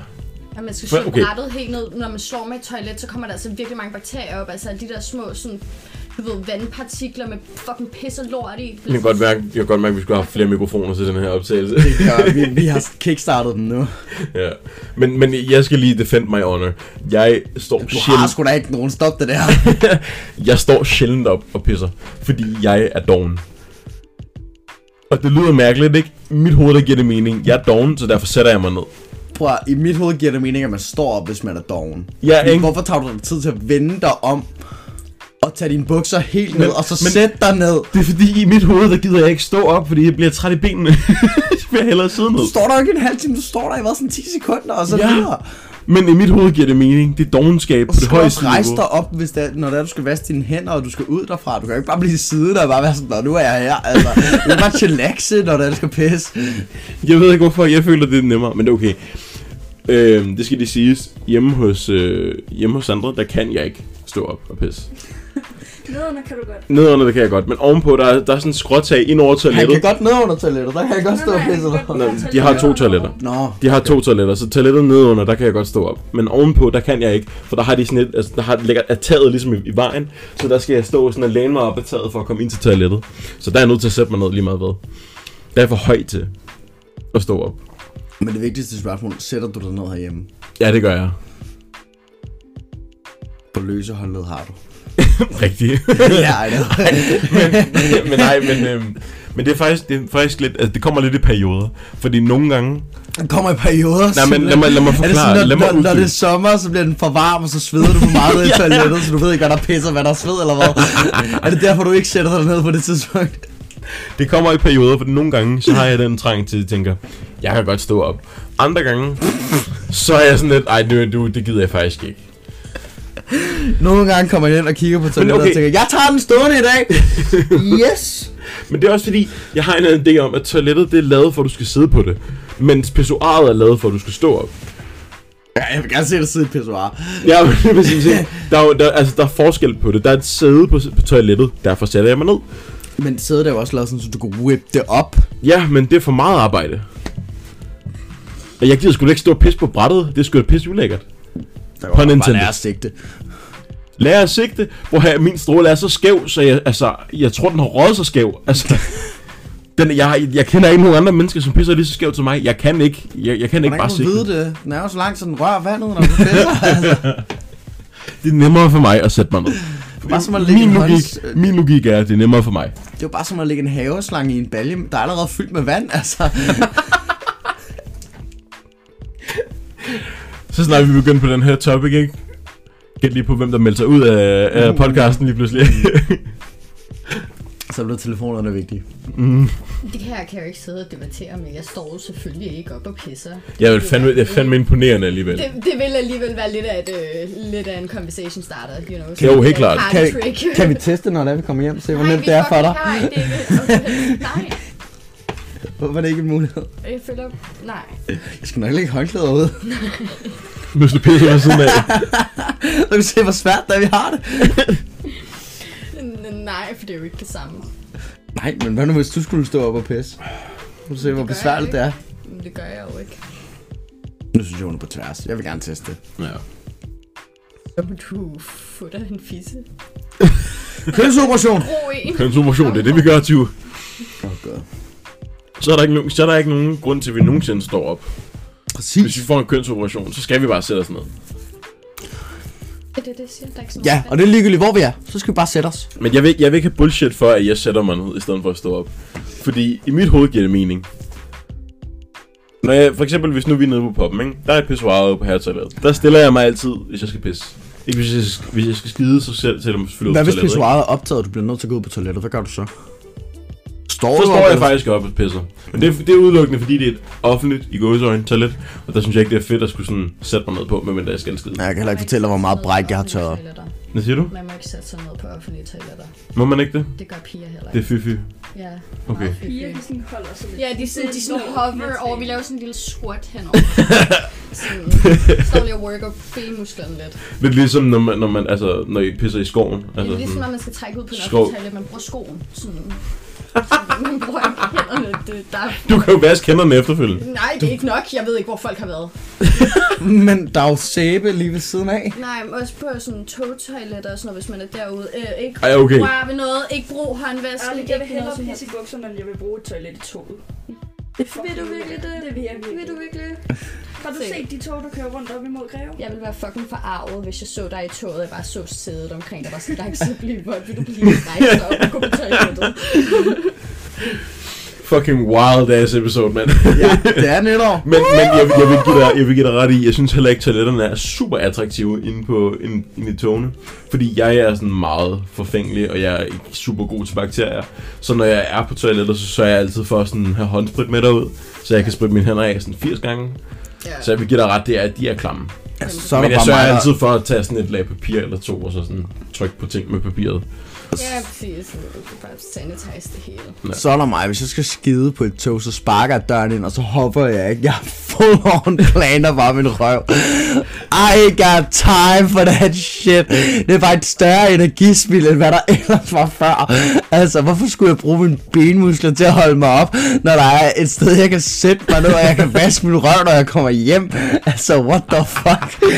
Ja, man skal Men, slå okay. okay. brættet helt ned. Når man slår med et toilet, så kommer der altså virkelig mange bakterier op. Altså de der små sådan, du ved, vandpartikler med fucking pis og lort i. jeg kan godt mærke, jeg kan godt mærke at vi skulle have haft flere mikrofoner til den her optagelse. Ja, vi, vi har kickstartet den nu. ja. men, men jeg skal lige defend my honor. Jeg står Du har sjældent sgu da ikke nogen stop det der. jeg står sjældent op og pisser, fordi jeg er doven. Og det lyder mærkeligt, ikke? I mit hoved, der giver det mening. Jeg er doven, så derfor sætter jeg mig ned. Prøv at, i mit hoved giver det mening, at man står op, hvis man er doven. Ja, Men ikke? Hvorfor tager du dig tid til at vende dig om, og tage dine bukser helt ned, Men- og så men- sætte dig ned? Det er fordi, i mit hoved, der gider jeg ikke stå op, fordi jeg bliver træt i benene. så vil jeg hellere sidde ned. Du står der jo ikke en halv time, du står der i hvad, sådan 10 sekunder, og så Ja. videre. Men i mit hoved giver det mening. Det er dogenskab på Og så det skal du også højeste rejse niveau. dig op, hvis det er, når det er, du skal vaske dine hænder, og du skal ud derfra. Du kan jo ikke bare blive siddet og bare være sådan, "Nå, nu er jeg her. Altså, du kan bare chillaxe, når det er, du skal pisse. Jeg ved ikke hvorfor, jeg føler det er nemmere, men det er okay. Øhm, det skal lige siges. Hjemme hos, øh, hjemme hos andre, der kan jeg ikke stå op og pisse. Nederne kan du godt. Nedenunder, det kan jeg godt, men ovenpå, der er, der er sådan en skråtag ind over Han toilettet. kan godt ned under toilettet, der kan jeg godt stå og Nej, nej, pisse. han kan godt- Nå, de har to toiletter. Nå, De har to toiletter, så toilettet nedenunder, der kan jeg godt stå op. Men ovenpå, der kan jeg ikke, for der har de sådan et, altså, der har, ligger er taget ligesom i, i, vejen, så der skal jeg stå sådan og læne mig op ad taget for at komme ind til toilettet. Så der er jeg nødt til at sætte mig ned lige meget ved. Der er for høj til at stå op. men det vigtigste spørgsmål, sætter du dig ned herhjemme? Ja, det gør jeg. På løse håndled har du. Rigtigt. ja, I know. men nej, men, øhm, men det er faktisk, det er faktisk lidt, altså, det kommer lidt i perioder. Fordi nogle gange, Den kommer i perioder. Nej, men lad mig- lad mig Er det forklare. sådan, når, Lad mig når, når, det uddybe. er sommer, så bliver den for varm, og så sveder du for meget ned i toilettet, så du ved ikke, hvad der pisser, hvad der er sved, eller hvad? er det derfor, du ikke sætter dig ned på det tidspunkt? Det kommer i perioder, for nogle gange, så har jeg den trang til at tænke, jeg kan godt stå op. Andre gange, så er jeg sådan lidt, ej, nu, nu, det gider jeg faktisk ikke. Nogle gange kommer jeg ind og kigger på toilettet okay. okay. og tænker, jeg tager den stående i dag. yes. Men det er også fordi, jeg har en eller anden idé om, at toilettet det er lavet for, at du skal sidde på det. Mens pissoaret er lavet for, at du skal stå op. Ja, jeg vil gerne se dig sidde i et pissoir. Ja, men det er præcis det. Der er, jo- der, altså, der er forskel på det. Der er et sæde på, på toilettet, derfor sætter jeg mig ned. Men sidder der jo også lavet sådan, så du kan whip det op. Ja, men det er for meget arbejde. Og jeg gider sgu da ikke stå og pisse på brættet. Det er sgu da pisse ulækkert. Der Pun var bare intended. lære at sigte. Lad os sigte, hvor her, min stråle er så skæv, så jeg, altså, jeg tror, den har røget så skæv. Altså, den, jeg, jeg kender ikke nogen andre mennesker, som pisser lige så skævt som mig. Jeg kan ikke, jeg, jeg kan ikke Hvordan bare kan sigte. du vide det? Den er jo så langt, så den rører vandet, når du pisser. altså, Det er nemmere for mig at sætte mig ned. bare som at lægge Min en logik, hånds... min logik er, at det er nemmere for mig. Det er jo bare som at lægge en haveslange i en balje, der er allerede fyldt med vand, altså. Så snart vi begynder på den her topic, ikke? Gæt lige på, hvem der melder sig ud af, af podcasten lige pludselig. Så bliver telefonerne vigtige. Det her kan jeg jo ikke sidde og debattere med. Jeg står jo selvfølgelig ikke op og pisser. jeg vil fandme, jeg er fandme imponerende alligevel. Det, det vil alligevel være lidt af, et, øh, lidt af en conversation starter, you know. Jo, helt klart. Kan, kan vi teste, når det er, vi kommer hjem? Se, hvor nemt det er for dig. Nej, det er ikke. Okay. Nej, Hvorfor er det ikke en mulighed? jeg føler... Nej. Jeg skal nok lægge håndklæder ud. Hvis du pisser ved siden af. Så kan vi se, hvor svært det er, vi har det. N- Nej, for det er jo ikke det samme. Nej, men hvad nu, hvis du skulle stå op og pisse? Nu se, hvor jeg besværligt ikke. det er. Men det gør jeg jo ikke. Nu synes jeg, hun er på tværs. Jeg vil gerne teste det. Ja. Så må du få dig en fisse. Kønsoperation! Ro en. Kønsoperation, det er det, vi gør, Tiv. Åh, oh, god. Så er, der ikke, nogen- så er der ikke nogen grund til, at vi nogensinde står op. Præcis. Hvis vi får en kønsoperation, så skal vi bare sætte os ned. Det er det, det siger. Der er ikke så Ja, meget og det er ligegyldigt, hvor vi er. Så skal vi bare sætte os. Men jeg vil, ikke- jeg vil ikke have bullshit for, at jeg sætter mig ned, i stedet for at stå op. Fordi i mit hoved giver det mening. Når jeg, for eksempel, hvis nu vi er nede på poppen, ikke? der er et pissoir ude på herretoilettet. Der stiller jeg mig altid, hvis jeg skal pisse. Ikke hvis jeg, skal- hvis jeg skal skide, så selv til dem selvfølgelig ud Hvad på hvis toilettet, pissoiret er optaget, og du bliver nødt til at gå ud på toilettet? Hvad gør du så? står Så du står op, jeg eller- faktisk op og pisser. Men det, er- det er udelukkende, fordi det er et offentligt, i gåseøjne, toilet. Og der synes jeg ikke, det er fedt at skulle sådan sætte mig ned på, medmindre jeg skal skide. Ja, Jeg kan heller ikke fortælle dig, hvor meget bræk jeg har tørret. Hvad siger du? Man må ikke sætte sig ned på offentlige toiletter. Må man ikke det? Det gør piger heller Det er ikke. fy-fy. Ja, Okay. meget Piger, de fedt. sådan holder sig lidt. Ja, de, sådan, de sådan Det er hover noget over, vi laver sådan en lille squat henover. sådan, står lige og worker benmusklerne lidt. Lidt ligesom, når man, når man, altså, når I pisser i skoven. Det Altså, er ligesom, når sådan, man skal trække ud på en Skov. optagelse, man bruger skoen. Sådan, sådan, man bruger ikke hænderne. Det, der, du kan jo vaske hænderne efterfølgende. nej, det er ikke nok. Jeg ved ikke, hvor folk har været. Men der er jo sæbe lige ved siden af. Nej, men også på sådan togtoiletter og sådan noget, hvis man er derude. Øh, ikke Ej, okay. røre ved noget, ikke brug håndvask. Ærligt, ikke jeg vil noget hellere som pisse i helst. bukserne, end jeg vil bruge et toilet i toget. Vil du virkelig det? Det vil jeg virkelig. Vil du virkelig? Har du Se. set de tog, der kører rundt op imod Greve? Jeg ville være fucking forarvet, hvis jeg så dig i toget, og jeg bare så sædet omkring dig, var sådan, der er ikke så blive vold, vil du blive rejst op og gå på toilettet? Fucking wild ass episode, mand. Ja, det er netop. Men, men jeg, vil- jeg, vil give dig, jeg vil give dig ret i, jeg synes heller ikke, toiletterne er super attraktive inde, på, inde, inde i togene. Fordi jeg er sådan meget forfængelig, og jeg er ikke super god til bakterier. Så når jeg er på toiletter, så sørger jeg altid for at sådan have håndsprit med derud. Så jeg kan spritte mine hænder af sådan 80 gange. Ja. Så jeg vil give dig ret, det er, at de er klamme. Altså, så er Men der jeg bare sørger mig, der- altid for at tage sådan et lag papir eller to, og så sådan trykke på ting med papiret. Ja, præcis. Du kan bare sanitize det hele. Så er der mig, hvis jeg skal skide på et tog, så sparker jeg døren ind, og så hopper jeg ikke. Jeg er full on planer bare min røv. I ain't got time for that shit. Det var et større energispil, end hvad der ellers var før. Altså, hvorfor skulle jeg bruge mine benmuskler til at holde mig op, når der er et sted, jeg kan sætte mig ned, og jeg kan vaske min røv, når jeg kommer hjem? Altså, what the fuck?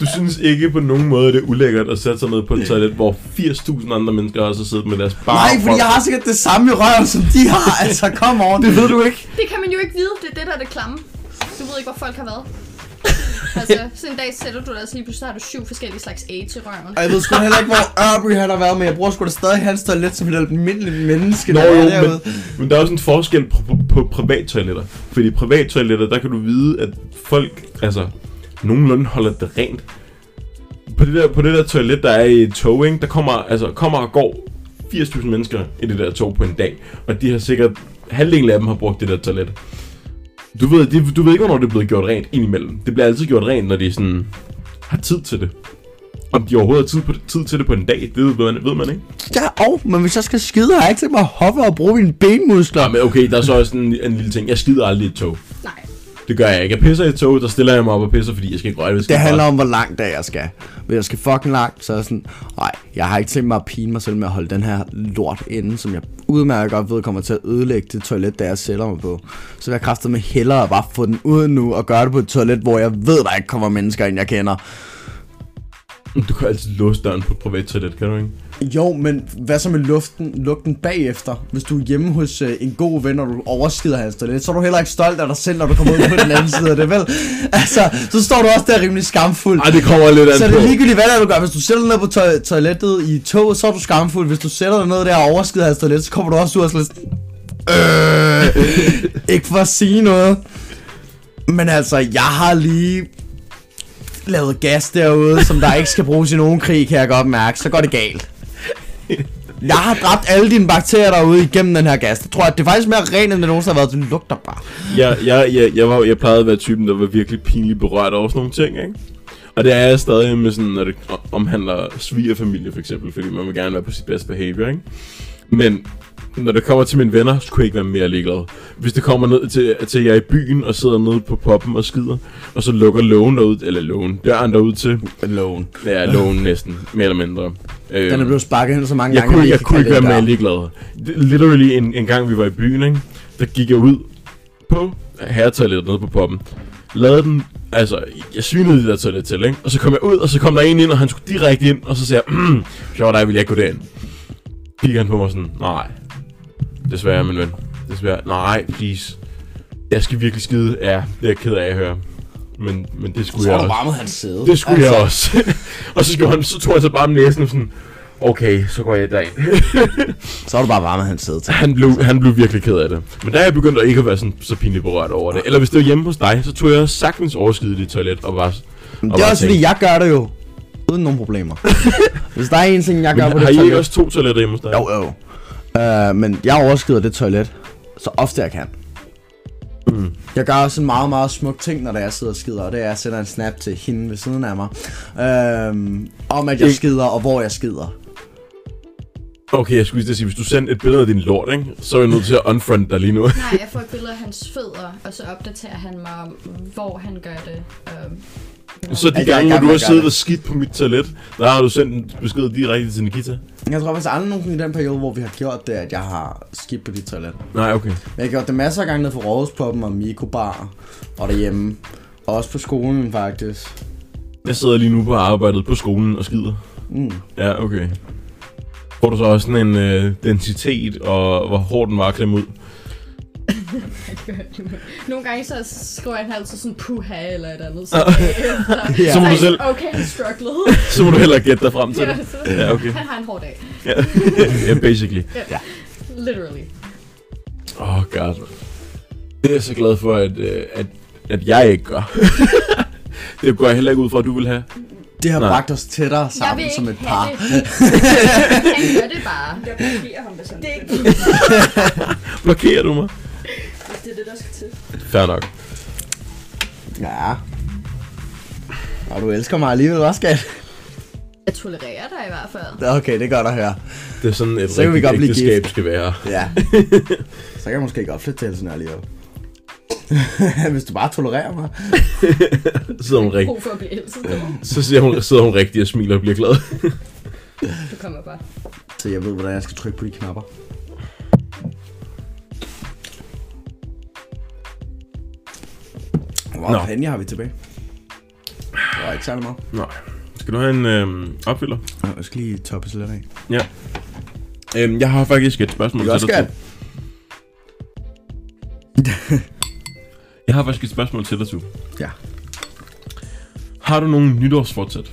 Du synes ikke på nogen måde, det er ulækkert at sætte sig ned på et toilet, hvor 80.000 andre mennesker også har siddet med deres bare Nej, fordi jeg har sikkert det samme i røven, som de har. Altså, kom on. Det ved du ikke. Det kan man jo ikke vide, det er det, der er det klamme. Du ved ikke, hvor folk har været. altså, sådan en dag sætter du dig, og så lige pludselig har du syv forskellige slags A til røven. Og jeg ved sgu heller ikke, hvor Aubrey han har været, men jeg bruger sgu da stadig hans toilet som et almindeligt menneske, Nå der er jo, derude. men, men der er også en forskel på, på, på privattoiletter. Fordi i privattoiletter, der kan du vide, at folk altså, nogenlunde holder det rent. På det der, på det der toilet, der er i towing, der kommer, altså, kommer og går 80.000 mennesker i det der tog på en dag. Og de har sikkert, halvdelen af dem har brugt det der toilet. Du ved, de, du ved ikke, hvornår det er blevet gjort rent indimellem. Det bliver altid gjort rent, når de sådan har tid til det. Om de overhovedet har tid, på, tid til det på en dag, det ved man, ved man ikke. Ja, og, men hvis jeg skal skide, har jeg ikke tænkt mig at hoppe og bruge mine benmuskler. Nå, men okay, der er så også en, en lille ting. Jeg skider aldrig i et tog. Nej. Det gør jeg ikke. Jeg pisser i et tog, der stiller jeg mig op og pisser, fordi jeg skal ikke røre ved Det skidebræt. handler om, hvor langt der jeg skal. Hvis jeg skal fucking langt, så er jeg sådan, nej, jeg har ikke tænkt mig at pine mig selv med at holde den her lort inde, som jeg udmærket godt ved kommer til at ødelægge det toilet, der jeg sætter mig på. Så vil jeg kræfter med hellere bare få den ud nu og gøre det på et toilet, hvor jeg ved, der ikke kommer mennesker ind, jeg kender. Du kan altid låse døren på et privat toilet, kan du ikke? Jo, men hvad så med luften, lugten bagefter? Hvis du er hjemme hos øh, en god ven, og du overskider hans toilet, så er du heller ikke stolt af dig selv, når du kommer ud på den anden side af det, vel? Altså, så står du også der rimelig skamfuld. Ej, det kommer lidt an Så er på. det ligegyldigt, hvad det er, du gør. Hvis du sætter dig ned på to- toilettet i tog, så er du skamfuld. Hvis du sætter dig ned der og overskider hans toilet, så kommer du også ud og sådan lidt... Øh, ikke for at sige noget. Men altså, jeg har lige lavet gas derude, som der ikke skal bruges i nogen krig, kan jeg godt mærke. Så går det galt. Jeg har dræbt alle dine bakterier derude igennem den her gas. Det tror jeg, det er faktisk mere rent, end det nogensinde har været. Det lugter bare. Jeg, jeg, jeg, jeg, var, jeg plejede at være typen, der var virkelig pinligt berørt over sådan nogle ting, ikke? Og det er jeg stadig med sådan, når det omhandler svigerfamilie for eksempel, fordi man vil gerne være på sit bedste behavior, ikke? Men når det kommer til mine venner, så kunne jeg ikke være mere ligeglad. Hvis det kommer ned til, til jeg er i byen og sidder nede på poppen og skider, og så lukker lågen derud, eller lågen, døren derud til, Alone. Ja, lågen næsten, mere eller mindre. Øh, Den er blevet sparket hen så mange jeg gange. at kunne, vi jeg kan kunne ikke være kalde mere det en ligeglad. Det- Literally en, en gang vi var i byen, ikke? der gik jeg ud på herretoilettet nede på poppen. Lavede den, altså, jeg svinede det der toilet til, ikke? Og så kom jeg ud, og så kom der en ind, og han skulle direkte ind, og så sagde jeg, mm, sjovt dig, vil jeg ikke gå derind. Kigger han på mig sådan, nej, desværre, min ven. Desværre, nej, please. Jeg skal virkelig skide, ja, det er jeg ked af at høre. Men, men det skulle Så jeg har du også. varmet hans sæde. Det skulle jeg Altså. også. og så, gjorde han, så tog han så bare om næsen og sådan, okay, så går jeg derind. Så er du bare varmet hans sæde til. han, blev, han blev virkelig ked af det. Men der er jeg begyndt at ikke at være sådan, så pinligt berørt over det. Eller hvis det var hjemme hos dig, så tog jeg sagtens overskide det toilet og var... Og Det er også fordi, jeg gør det jo. Uden nogen problemer. Hvis der er en ting, jeg gør på Men det har I toilet- ikke også to toiletter hjemme hos dig? Jo, jo. Uh, men jeg overskrider det toilet, så ofte jeg kan. Mm. Jeg gør også en meget, meget smuk ting, når det er, jeg sidder og skider, og det er, at jeg sender en snap til hende ved siden af mig, uh, om at jeg Ikke- skider, og hvor jeg skider. Okay, jeg skulle lige til at sige, hvis du sendte et billede af din lort, ikke? så er jeg nødt til at unfriend dig lige nu. Nej, jeg får et billede af hans fødder, og så opdaterer han mig om, hvor han gør det. Um, så de jeg er i gang gange, hvor du med har at gøre siddet det. og skidt på mit toilet, der har du sendt en besked direkte til Nikita. Jeg tror faktisk aldrig nogen i den periode, hvor vi har gjort det, at jeg har skidt på dit toilet. Nej, okay. Men jeg har gjort det masser af gange ned for Rådhuspoppen og Mikrobar og derhjemme. Også på skolen faktisk. Jeg sidder lige nu på arbejdet på skolen og skider. Mm. Ja, okay. Får du så også sådan en øh, densitet, og hvor hård den var at klemme ud? Nogle gange så skriver han altid sådan puha eller et eller andet. Så, Ja. Så må du så- selv- Okay, han strugglede. Så må du heller gætte dig frem til ja, det. så, Ja, okay. Han har en hård dag. Ja, yeah, basically. Literally. Åh, oh god. Det er jeg så glad for, at, øh, at, at jeg ikke gør. det går jeg heller ikke ud fra, at du vil have. Det har Nej. bragt os tættere Jeg vil sammen ikke som et have par. det. han gør det bare. Jeg blokerer ham, hvis han Det er ikke Blokerer du mig? Hvis det er det, der skal til. Fair nok. Ja. Og du elsker mig alligevel også, skat. Jeg tolererer dig i hvert fald. Okay, det er godt at høre. Det er sådan, et Så kan vi rigtigt godt blive ægteskab skal være. Ja. Så kan jeg måske godt flytte til sådan alligevel. Hvis du bare tolererer mig. Så sidder hun, rigt- Brug for at blive elsket. så siger hun, sidder hun rigtig og smiler og bliver glad. Du kommer bare. Så jeg ved, hvordan jeg skal trykke på de knapper. Hvor Nå. meget panje har vi tilbage? Det var ikke særlig meget. Nej. Skal du have en øh, opfylder? Nå, Jeg skal lige toppes lidt af. Ja. Øhm, jeg har faktisk et spørgsmål Jeg til dig. skal. Tue. Jeg har faktisk et spørgsmål til dig, Tue. Ja. Har du nogle nytårsfortsæt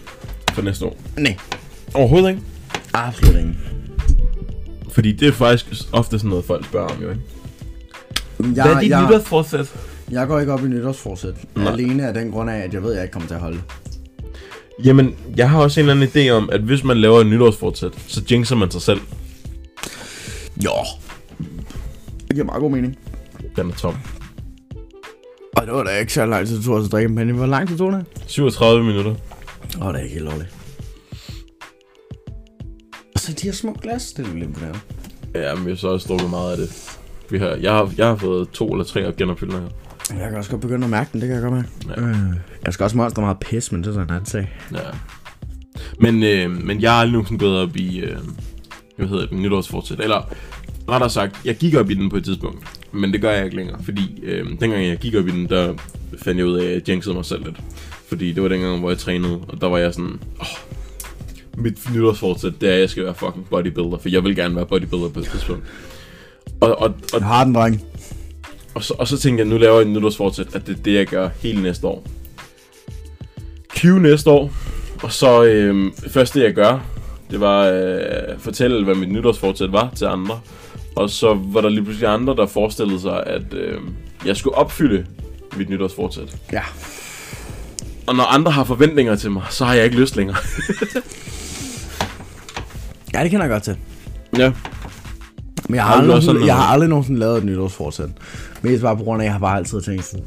for næste år? Nej, Overhovedet ikke. absolut ingen. Fordi det er faktisk ofte sådan noget, folk spørger om, jo ikke? Jeg, jeg, nytårsfortsæt? jeg går ikke op i nytårsforsæt. Nej. Alene af den grund af, at jeg ved, at jeg ikke kommer til at holde det. Jamen, jeg har også en eller anden idé om, at hvis man laver en nytårsfortsæt, så jinxer man sig selv. Jo. Det giver meget god mening. Den er tom. Og det var da ikke så lang tid, det tog os at drikke en panje. Hvor lang tid tog det? 37 minutter. Åh, det er ikke helt lovligt. Og så de her små glas, det er lidt imponerende. Ja, men jeg har så også drukket meget af det. Vi har, jeg, har, jeg har fået to eller tre genopfyldninger. Jeg kan også godt begynde at mærke den, det kan jeg godt mærke. Ja. Øh, jeg skal også monster meget pis, men det er sådan en anden sag. Ja. Men, øh, men jeg har aldrig nogensinde gået op i, øh, hvad hedder det, nytårsfortsæt. Eller rettere sagt, jeg gik op i den på et tidspunkt. Men det gør jeg ikke længere, fordi øh, dengang jeg gik op i den, der fandt jeg ud af, at jeg jinxede mig selv lidt. Fordi det var dengang, hvor jeg trænede, og der var jeg sådan, åh, mit nytårsfortsæt, det er, at jeg skal være fucking bodybuilder, for jeg vil gerne være bodybuilder på et tidspunkt. Og, og, og Jeg har den, dreng. og så, og så tænkte jeg, nu laver jeg en nytårsfortsæt, at det er det, jeg gør hele næste år. Q næste år. Og så øh, første, jeg gør, det var øh, fortælle, hvad mit nytårsfortsæt var til andre. Og så var der lige pludselig andre, der forestillede sig, at øh, jeg skulle opfylde mit nytårsfortsæt. Ja. Og når andre har forventninger til mig, så har jeg ikke lyst længere. Ja, det kender jeg godt til. ja. Men jeg har, Har du aldrig, også sådan nogensinde, jeg noget? har aldrig nogensinde lavet et nytårsforsæt. Mest bare på grund af, at jeg har bare altid tænkt sådan,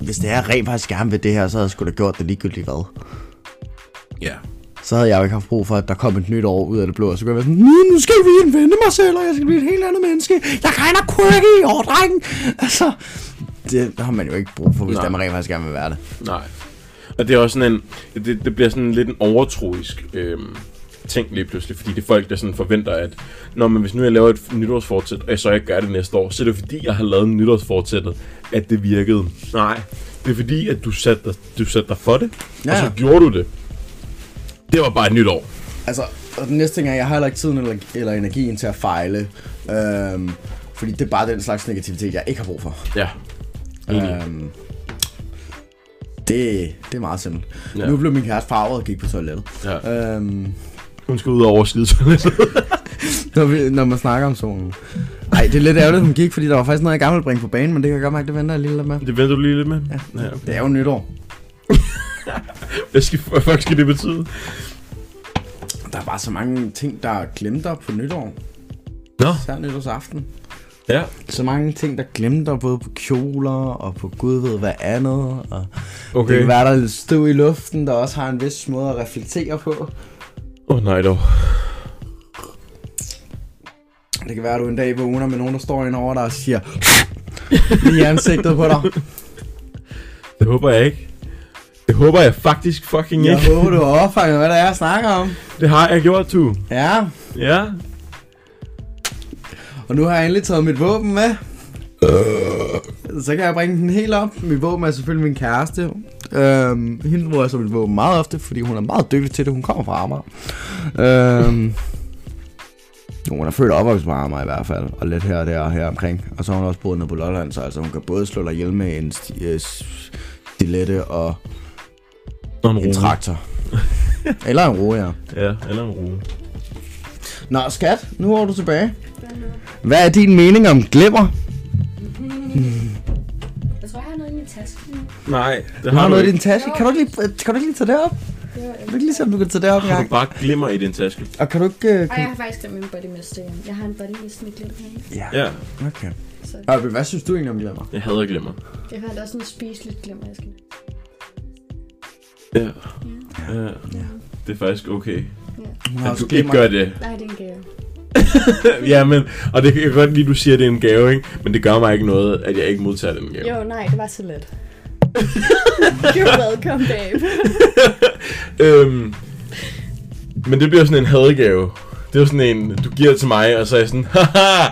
hvis det er rent faktisk gerne ved det her, så havde jeg sgu da gjort det ligegyldigt hvad. Ja. Så havde jeg jo ikke haft brug for, at der kom et nyt år ud af det blå, og så kunne jeg være sådan, nu, nu skal vi indvende mig selv, og jeg skal blive et helt andet menneske. Jeg regner quirky i år, dreng. Altså, det har man jo ikke brug for, hvis Nej. det er, man rent faktisk gerne vil være det. Nej. Og det er også sådan en, det, det bliver sådan lidt en overtroisk øh, ting lige pludselig, fordi det er folk, der sådan forventer, at Nå, men hvis nu jeg laver et nytårsfortsæt, og jeg så ikke gør det næste år, så er det fordi, jeg har lavet en nytårsfortsættet, at det virkede. Nej, det er fordi, at du satte dig, du satte dig for det, ja. og Ja. så gjorde du det. Det var bare et nyt år. Altså, og den næste ting er, at jeg har heller ikke tiden eller, eller energien til at fejle. Øhm, fordi det er bare den slags negativitet, jeg ikke har brug for. Ja. Enig. Øhm, det, det er meget simpelt. Ja. Ja. Nu blev min kæreste farvet og gik på toilettet. Ja. Øhm, Hun skal ud og overskide toilettet. når, vi, når man snakker om solen. Nej, det er lidt ærgerligt, at hun gik, fordi der var faktisk noget, jeg gerne ville bringe på banen, men det kan jeg godt mærke, det venter jeg lige lidt med. Det venter du lige lidt med. Ja. ja. Det er jo nytår. Hvad, skal, hvad fuck skal det betyde? Der er bare så mange ting, der er glemt op på nytår. Nå, Især nytårsaften. ja. Så mange ting, der glemte dig, både på kjoler og på gud ved hvad andet. Og okay. Det Okay. kan være, der er lidt støv i luften, der også har en vis måde at reflektere på. Åh oh, nej dog. Det kan være, at du en dag vågner med nogen, der står ind over dig og siger... lige i ansigtet på dig. Det håber jeg ikke. Det håber jeg faktisk fucking Jeg ikke. håber, du har opfanget, hvad det er, jeg snakker om. Det har jeg gjort, du. Ja, Ja. og nu har jeg endelig taget mit våben med. Så kan jeg bringe den helt op. Mit våben er selvfølgelig min kæreste. Øhm, hende bruger jeg så mit våben meget ofte, fordi hun er meget dygtig til det. Hun kommer fra Amager. Øhm, jo, hun er født og opvokset på Amager i hvert fald, og lidt her og der og her omkring. Og så har hun også boet nede på Lolland, så altså, hun kan både slå dig ihjel med en sti- øh, s- stilette og Nå, en en rune. traktor. Eller en roer. Ja. Ja, eller en rune. Nå, skat, nu er du tilbage. Hvad nu? Hvad er din mening om glimmer? Jeg tror, jeg har noget i min taske nu. Nej, det Du har noget i ikke. din taske. Kan du ikke lige, kan du ikke lige tage det op? Det var- Kan du ikke lige se, om du kan tage det op en Har gang? du bare glimmer i din taske? Og kan du ikke... øh, Ej, Kan... jeg har faktisk glemt min body mist igen. Jeg har en body mist med glimt herinde. Ja, Okay. Så Ej, hvad synes du egentlig om glimmer? jeg hader glimmer. jeg har også sådan spiseligt glimt, jeg skal. Ja. ja. Det er faktisk okay. Hun At du ikke gør det. Nej, det er en gave. ja, men, og det kan jeg godt lide, du siger, at det er en gave, ikke? Men det gør mig ikke noget, at jeg ikke modtager den gave. Jo, nej, det var så let. You're welcome, babe. Øhm, men det bliver sådan en hadegave. Det er jo sådan en, du giver til mig, og så er jeg sådan, haha,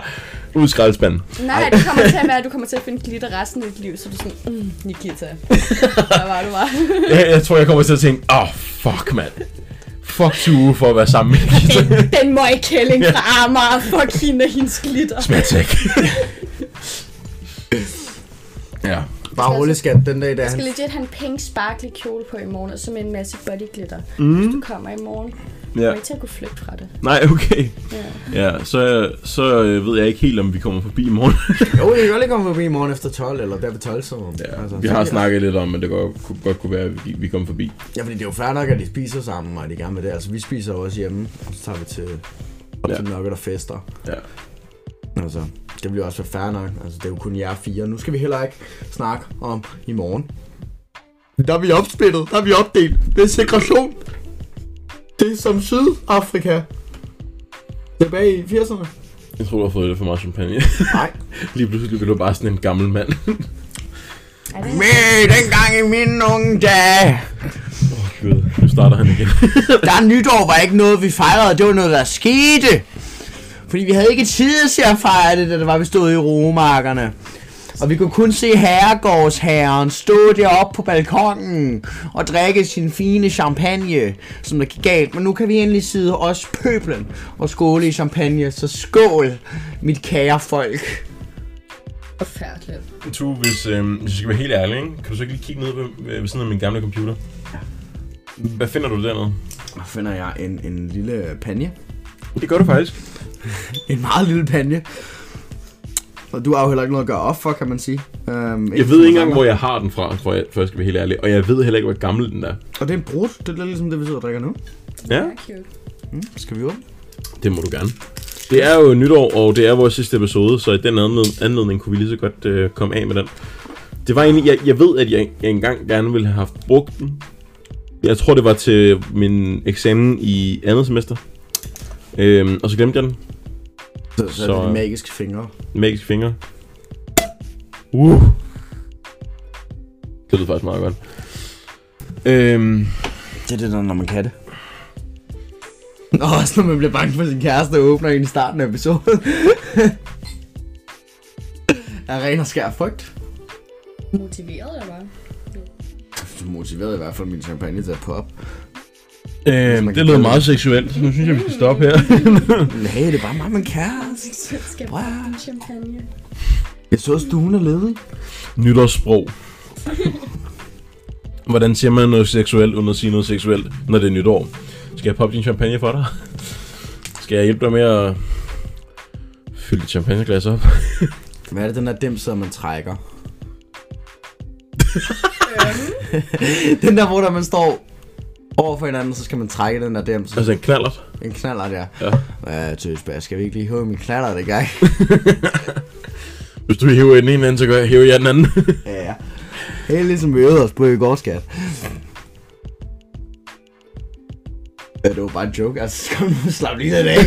ud i skraldespanden. Nej, det kommer til at være, at du kommer til at finde glitter resten af dit liv, så du er sådan, mm, Nikita, der var du bare. Jeg, jeg tror, jeg kommer til at tænke, åh, oh, fuck, mand. Fuck Sue for at være sammen med Den, Nikita. den møg kælling fra Amager, fuck hende og hendes glitter. Smagsæk. ja. Bare rolig skat den dag, der Jeg han... skal legit have en pink sparkly kjole på i morgen, og så med en masse body glitter. Mm. Hvis du kommer i morgen, ja. kommer jeg ikke til at kunne flygte fra det. Nej, okay. Ja, så, så øh, ved jeg ikke helt, om vi kommer forbi i morgen. Jo, jeg kan godt lige komme forbi i morgen efter 12, eller der ved 12 Altså, så. Ja, vi har snakket lidt om, at det godt, kunne- godt kunne være, at vi, vi kom forbi. Ja, fordi det er jo fair nok, at de spiser sammen, og de gerne vil det. Altså, vi spiser jo også hjemme, og så tager vi til... Ja. Ja. Til nokket og fester. Ja. Altså, det bliver også være fair nok. Altså, det er jo kun jer fire. Nu skal vi heller ikke snakke om i morgen. Der er vi opsplittet. Der er vi opdelt. Det er segregation. Det er som Sydafrika. Tilbage i 80'erne. Jeg tror, du har fået lidt for meget champagne. Nej. Lige pludselig blev du bare sådan en gammel mand. Men dengang i mine unge dage, Gud, nu starter han igen. der nytår var ikke noget, vi fejrede. Det var noget, der skete. Fordi vi havde ikke tid til at fejre det, da det var, vi stod i romarkerne. Og vi kunne kun se herregårdsherren stå deroppe på balkongen og drikke sin fine champagne, som der gik galt. Men nu kan vi endelig sidde os pøblen og skåle i champagne. Så skål, mit kære folk. Forfærdeligt. Tu, hvis, øh, hvis jeg skal være helt ærlig, ikke? kan du så ikke lige kigge ned ved, ved, ved siden af min gamle computer? Hvad finder du dernede? Og finder jeg en, en lille panje. Det gør du faktisk. En meget lille panje. Og du har jo heller ikke noget at gøre op for, kan man sige. Øhm, Jeg ved ikke engang, hvor jeg har den fra, for jeg, for jeg skal være helt ærlig. Og jeg ved heller ikke, hvor gammel den er. Og det er en brut. Det er lidt ligesom det, vi sidder og drikker nu. Ja, Cute. Mm, skal vi åbne? det må du gerne. Det er jo nytår, og det er vores sidste episode, så i den anled- anledning kunne vi lige så godt øh, komme af med den. Det var egentlig, jeg, jeg ved, at jeg, jeg engang gerne ville have haft brugt den. Jeg tror, det var til min eksamen i andet semester. Øhm, og så glemte jeg den. Så, så, så øh, er Så- det de magiske fingre. Magiske fingre. Uh. Det lyder faktisk meget godt. Øhm, Det er det der, når man kan det. Nå, også når man bliver bange for sin kæreste og åbner en i starten af episoden. er ren og skær frygt. Motiveret jeg var. Så motiverede i hvert fald min champagne til at poppe. øhm, det lyder meget seksuelt, så nu synes jeg, vi skal stoppe her. Nej, det er bare mig, man kæreste. Skal vi Wow. champagne? Jeg så at stuen er ledig. Nytårssprog. Hvordan siger man noget seksuelt, uden at sige noget seksuelt, når det er nytår? Skal jeg poppe din champagne for dig? Skal jeg hjælpe dig med at fylde dit champagneglas op? Hvad er det, den der dem, som man trækker? den der, hvor der man står over for hinanden, så skal man trække den der dem. Så Altså en knallert. en knaller der. Ja. Ja, tøsbær, skal vi ikke lige hive min knaller det gang? Hvis du hiver i den ene ende, så gør- hiver jeg i den anden. ja. Helt ligesom vi øvede os på i går, skat. Ja, det var bare en joke, altså kom nu, slap lige den af.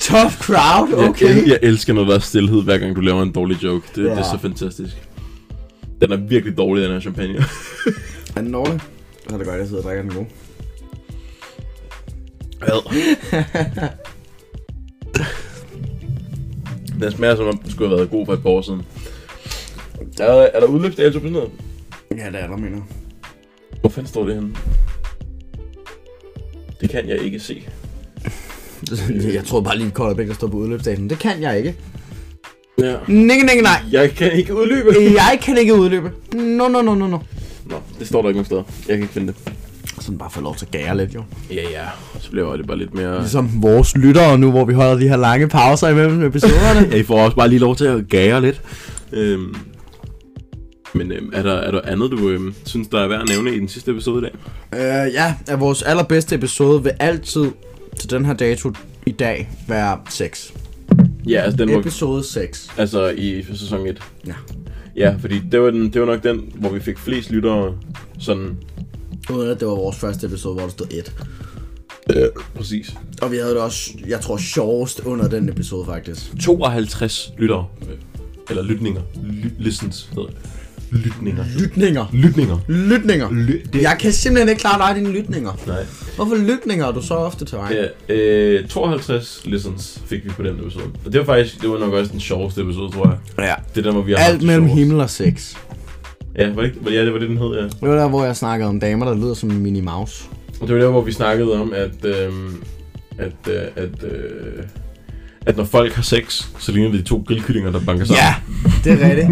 Tough crowd, okay. Jeg, el- jeg elsker, når der er stillhed, hver gang du laver en dårlig joke. Det, ja. det er Ja. så fantastisk. Den er virkelig dårlig, den her champagne. Er den dårlig? Så er det godt, jeg sidder og drikker den gode. Hvad? den smager, som om den skulle have været god for et par år siden. Er der, er der udløbsdato på sådan noget? Ja, det er der, mener jeg. Hvor fanden står det henne? Det kan jeg ikke se. Jeg tror bare lige, Kolder Bæk, der står på udløbsdagen. Det kan jeg ikke. Ja. Nikke, nikke, nej. Jeg kan ikke udløbe. Jeg kan ikke udløbe. No, no, no, no, no. Nå, det står der ikke nogen steder. Jeg kan ikke finde det. Sådan bare få lov til at gære lidt, jo. Ja, ja. Så bliver det bare lidt mere... Ligesom vores lyttere nu, hvor vi holder de her lange pauser imellem episoderne. Ja, I får også bare lige lov til at gære lidt. Øhm, men øhm, er, der, er der andet, du øhm, synes, der er værd at nævne i den sidste episode i dag? øh, ja, at vores allerbedste episode vil altid til den her dato i dag være 6. Ja, altså den, hvor, Episode 6. altså i sæson 1. Ja. Ja, fordi det var, den, det var nok den, hvor vi fik flest lyttere. Sådan, Uden at det var vores første episode, hvor der stod 1. øh, præcis. Og vi havde det også, jeg tror, sjovest under den episode, faktisk. 52 lyttere. Øh, Eller lytninger. Ly- listens hedder det. Lytninger. Lytninger. Lytninger. Lytninger. Ly- det- Jeg kan simpelthen ikke klare dig dine lytninger. Nej. Hvorfor lytninger er du så ofte til mig? Ja, øh, 52 listens fik vi på den episode. Og det var faktisk, det var nok også den sjoveste episode, tror jeg. Ja. Det er den, hvor vi har haft Alt det mellem sjovest. himmel og sex. Ja, var det, ikke- ja, det var det, den hed, ja. Det var der, hvor jeg snakkede om damer, der lyder som en Minnie Mouse. Og det var der, hvor vi snakkede om, at, øhm, at, øh, at, øh, at når folk har sex, så ligner det de to grillkyllinger, der banker sammen. det er rigtigt.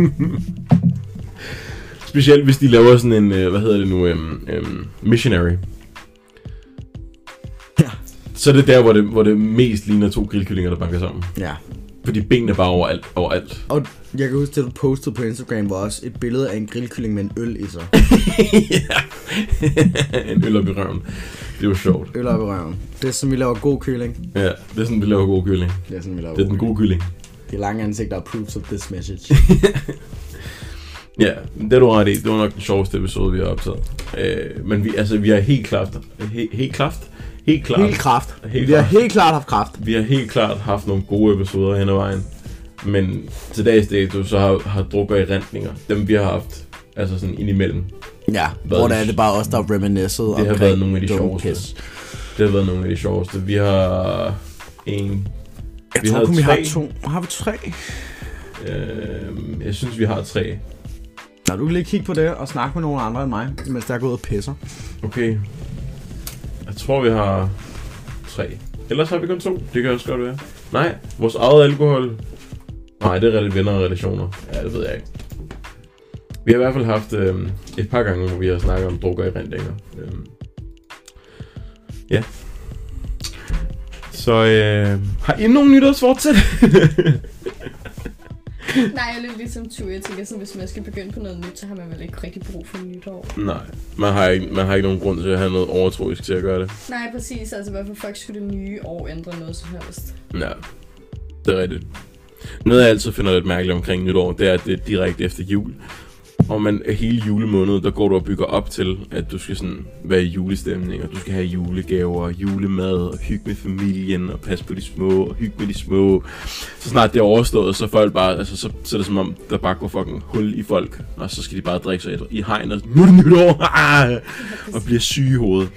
Specielt hvis de laver sådan en, øh, hvad hedder det nu, øhm, øhm, missionary. Ja. Så er det der, hvor det, hvor det mest ligner to grillkyllinger, der banker sammen. ja. Fordi benene er bare overalt. overalt. Og jeg kan huske, at du postede på Instagram, var også et billede af en grillkylling med en øl i sig. en øl op i røven. Det var sjovt. Øl op i røven. Det er sådan, vi laver god kylling. Ja, det er sådan, vi laver god kylling. Det er sådan, vi laver Det er den gode kylling. De lange ansigter er proofs of this message. Ja, det er du ret i. Det var nok den sjoveste episode, vi har optaget. Øh, men vi, altså, vi har helt klart... He, helt klart? Helt klart. helt kraft. Helt vi har klart. helt klart haft kraft. Vi har helt klart haft nogle gode episoder hen ad vejen. Men til dags dato, så har, har drukker i rentninger. Dem vi har haft, altså sådan indimellem. Ja, Hvad- hvor der er det bare os, der er reminiscet Det har omkring været nogle af de dumme sjoveste. pis. Det har været nogle af de sjoveste. Vi har en... Jeg Vi tror havde kun, vi har tre. to. Har vi tre? Øh, jeg synes, vi har tre. Nå, du kan lige kigge på det og snakke med nogen andre end mig, mens der er gået og pisser. Okay. Jeg tror, vi har tre. Ellers har vi kun to. Det kan også godt være. Nej, vores eget alkohol. Nej, det er rela- venner og relationer. Ja, det ved jeg ikke. Vi har i hvert fald haft øh, et par gange, hvor vi har snakket om drukker i rendinger. Øh. Ja. Så øh, har I nogen nytårsfortsæt? Nej, jeg er lidt ligesom Tue. Jeg tænker sådan, hvis man skal begynde på noget nyt, så har man vel ikke rigtig brug for nytår. Nej, man har, ikke, man har ikke nogen grund til at have noget overtroisk til at gøre det. Nej, præcis. Altså, hvorfor folk skulle det nye år ændre noget som helst? Ja, det er rigtigt. Noget jeg altid finder lidt mærkeligt omkring nytår, det er, at det er direkte efter jul. Og man hele julemåneden, der går du og bygger op til, at du skal sådan være i julestemning, og du skal have julegaver, og julemad, og hygge med familien, og passe på de små, og hygge med de små. Så snart det er overstået, så er folk bare, altså, så, så er det som om, der bare går fucking hul i folk, og så skal de bare drikke sig et- i hegn, og nu er det nytår, ah! og bliver syge i hovedet.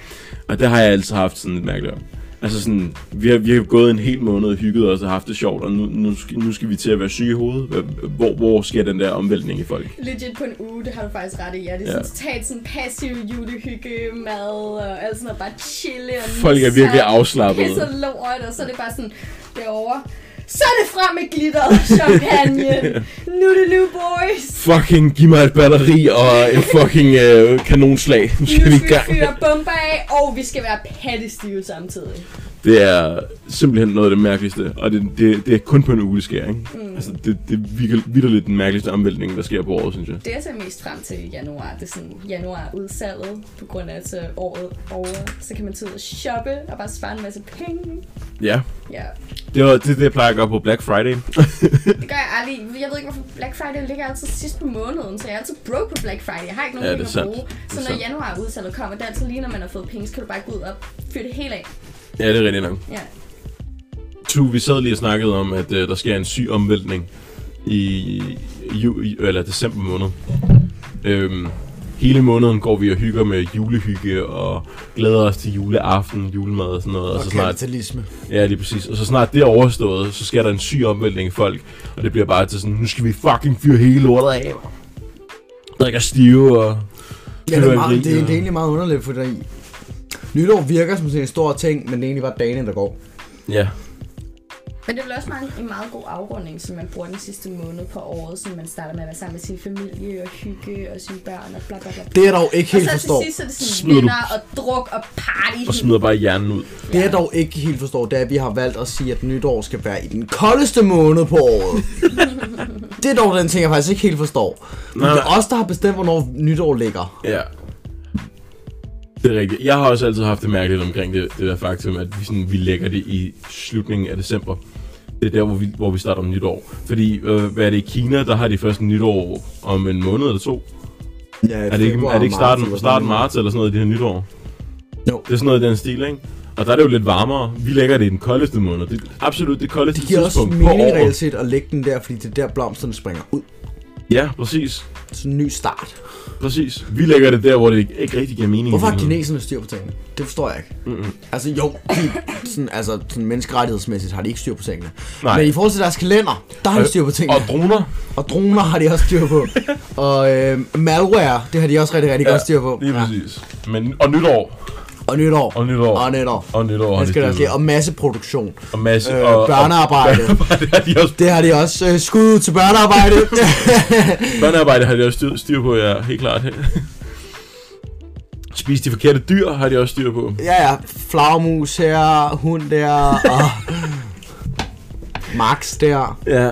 Og det har jeg altid haft sådan lidt mærkeligt om. Altså sådan, vi har, vi har gået en hel måned og hygget os og haft det sjovt, og nu, nu, skal, nu skal vi til at være syge i hovedet. Hva- Hvor, hvor sker den der omvæltning i folk? Legit på en uge, det har du faktisk ret i. Ja, det er Ja. ja. sådan totalt sådan passiv julehygge, mad og alt sådan noget. Bare chille og Folk er virkelig afslappede. Pisse lort, og så er det bare sådan derovre. Så er det frem med glitter og champagne. nu er det new boys. Fucking giv mig et batteri og en fucking øh, kanonslag. Nu Nu skal vi i skal vi gang. fyre bomber af, og vi skal være pattestive samtidig. Det er simpelthen noget af det mærkeligste, og det, det, det er kun på en uge, det sker, ikke? Mm. Altså, det, det er vidderligt den mærkeligste omvæltning, der sker på året, synes jeg. Det jeg ser mest frem til i januar, det er sådan januar udsalget, på grund af at så året over, så kan man tage ud og shoppe og bare spare en masse penge. Ja, Ja, det var det, er det, jeg plejer at gøre på Black Friday. det gør jeg aldrig. Jeg ved ikke, hvorfor Black Friday ligger altid sidst på måneden, så jeg er altid broke på Black Friday. Jeg har ikke nogen Ja, penge det er at bruge. sandt. Det er Så når sandt. januar udsalget kommer, det er altid lige, når man har fået penge, så kan du bare gå ud og fyre det hele af. ja, det er rigtigt nok. Ja. Tu, vi sad lige og snakkede om, at øh, der sker en syg omvæltning i, ju, i eller december måned. Øhm, hele måneden går vi og hygger med julehygge og glæder os til juleaften, julemad og sådan noget. Og, så snart, kapitalisme. ja, lige præcis. Og så snart det er overstået, så sker der en syg omvæltning i folk. Og det bliver bare til sådan, nu skal vi fucking fyre hele lortet af. mand." Drikker stive og... Ja, det er, meget, det, fyrværkeri er, og- det er egentlig meget underligt, fordi nytår virker som sådan en stor ting, men det er egentlig bare dagen, der går. Ja, Men det er vel også meget, en meget god afrunding, som man bruger den sidste måned på året, som man starter med at være sammen med sin familie og hygge og sine børn og bla bla bla. Det er dog ikke helt og så forstår. til sidst så er det sådan Smider du- venner og druk og party. og smider bare hjernen ud. Det jeg dog ikke helt forstår, det er, at vi har valgt at sige, at nytår skal være i den koldeste måned på året. det er dog den ting, jeg faktisk ikke helt forstår. Men Nej. det er os, der har bestemt, hvornår nytår ligger. Ja. Det er rigtigt. Jeg har også altid haft det mærkeligt omkring det, det der faktum, at vi, sådan, vi lægger det i slutningen af december. Det er der, hvor vi, hvor vi starter om nytår. Fordi, øh, hvad er det i Kina, der har de først nytår om en måned eller to? Ja, Er det ikke, er det ikke starten, starten marts eller sådan noget, de her nytår? Jo. Det er sådan noget i den stil, ikke? Og der er det jo lidt varmere. Vi lægger det i den koldeste måned. Det er absolut det koldeste Det giver også tidspunkt på mening reelt året. set at lægge den der, fordi det er der, blomsterne springer ud. Ja, præcis. Så en ny start. Præcis. Vi lægger det der, hvor det ikke rigtig giver mening. Hvorfor har i virkeligheden. kineserne styr på tingene? Det forstår jeg ikke. Mm-hmm. Altså jo, de- sådan, altså, sådan menneskerettighedsmæssigt har de ikke styr på tingene. Nej. Øh, Men i forhold til deres kalender, der har de styr på tingene. Og droner. Og droner har de også styr på. og øh, malware, det har de også rigtig, rigtig ja, godt styr på. Lige præcis. Men, og nytår. Og nytår. Og nytår. Og nytår. Og nytår har Det de skal der styr ske. på. Og masseproduktion. Og masse... Øh, og, børnearbejde. Og, børnearbejde har de også, Det har de også øh, skud ud til børnearbejde. børnearbejde har de også styr, styr på, ja, helt klart. Spise de forkerte dyr har de også styr på. ja, ja. Flagermus her, hund der, og... Max der. Ja.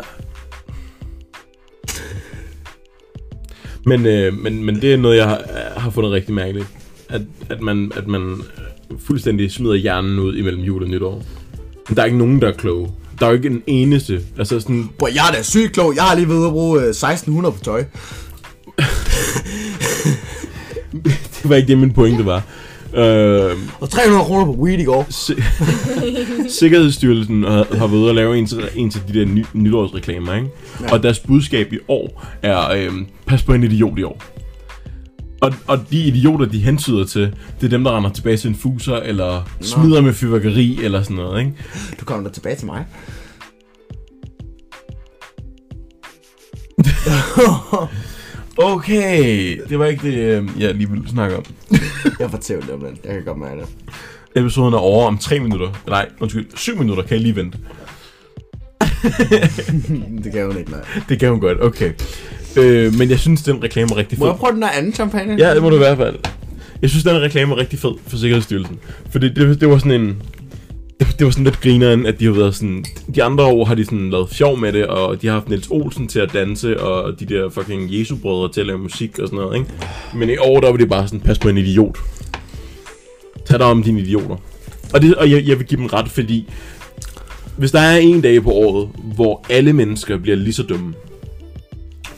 Men, øh, men, men det er noget, jeg har, har fundet rigtig mærkeligt. At, at, man, at man fuldstændig smider hjernen ud imellem jul og nytår. Men der er ikke nogen, der er kloge. Der er jo ikke en eneste. Altså sådan, Bro, jeg er da sygt klog. Jeg har lige ved at bruge øh, 1600 på tøj. det var ikke det, min pointe var. Øh, Og 300 kroner på weed i går. Si- Sikkerhedsstyrelsen har, har været ude og lave en til, en til de der ny, nytårsreklamer, ikke? Ja. Og deres budskab i år er, øhm, pas på en idiot i år. Og, og de idioter, de hentyder til, det er dem, der render tilbage til en fuser, eller smider med fyrværkeri, eller sådan noget, ikke? Du kommer da tilbage til mig. Okay, det var ikke det, øhm, jeg lige ville snakke om. Jeg fortæller lidt om den. Jeg kan godt mærke det. Episoden er over om 3 minutter. Nej, undskyld, 7 minutter kan jeg lige vente. Det kan hun ikke, nej. Det kan hun godt, okay. Øh, men jeg synes, den reklame er rigtig fed. Må jeg prøve den der anden champagne? Ja, det må du i hvert fald. Jeg synes, den reklame er rigtig fed for Sikkerhedsstyrelsen. Fordi det, det var sådan en... Det, det var sådan lidt grineren, at de har været sådan... De andre år har de sådan lavet sjov med det, og de har haft Niels Olsen til at danse, og de der fucking Jesu-brødre til at lave musik og sådan noget, ikke? Men i år, der var det bare sådan, pas på en idiot. Tag dig om dine idioter. Og, det, og jeg, jeg vil give dem ret, fordi... Hvis der er en dag på året, hvor alle mennesker bliver lige så dumme,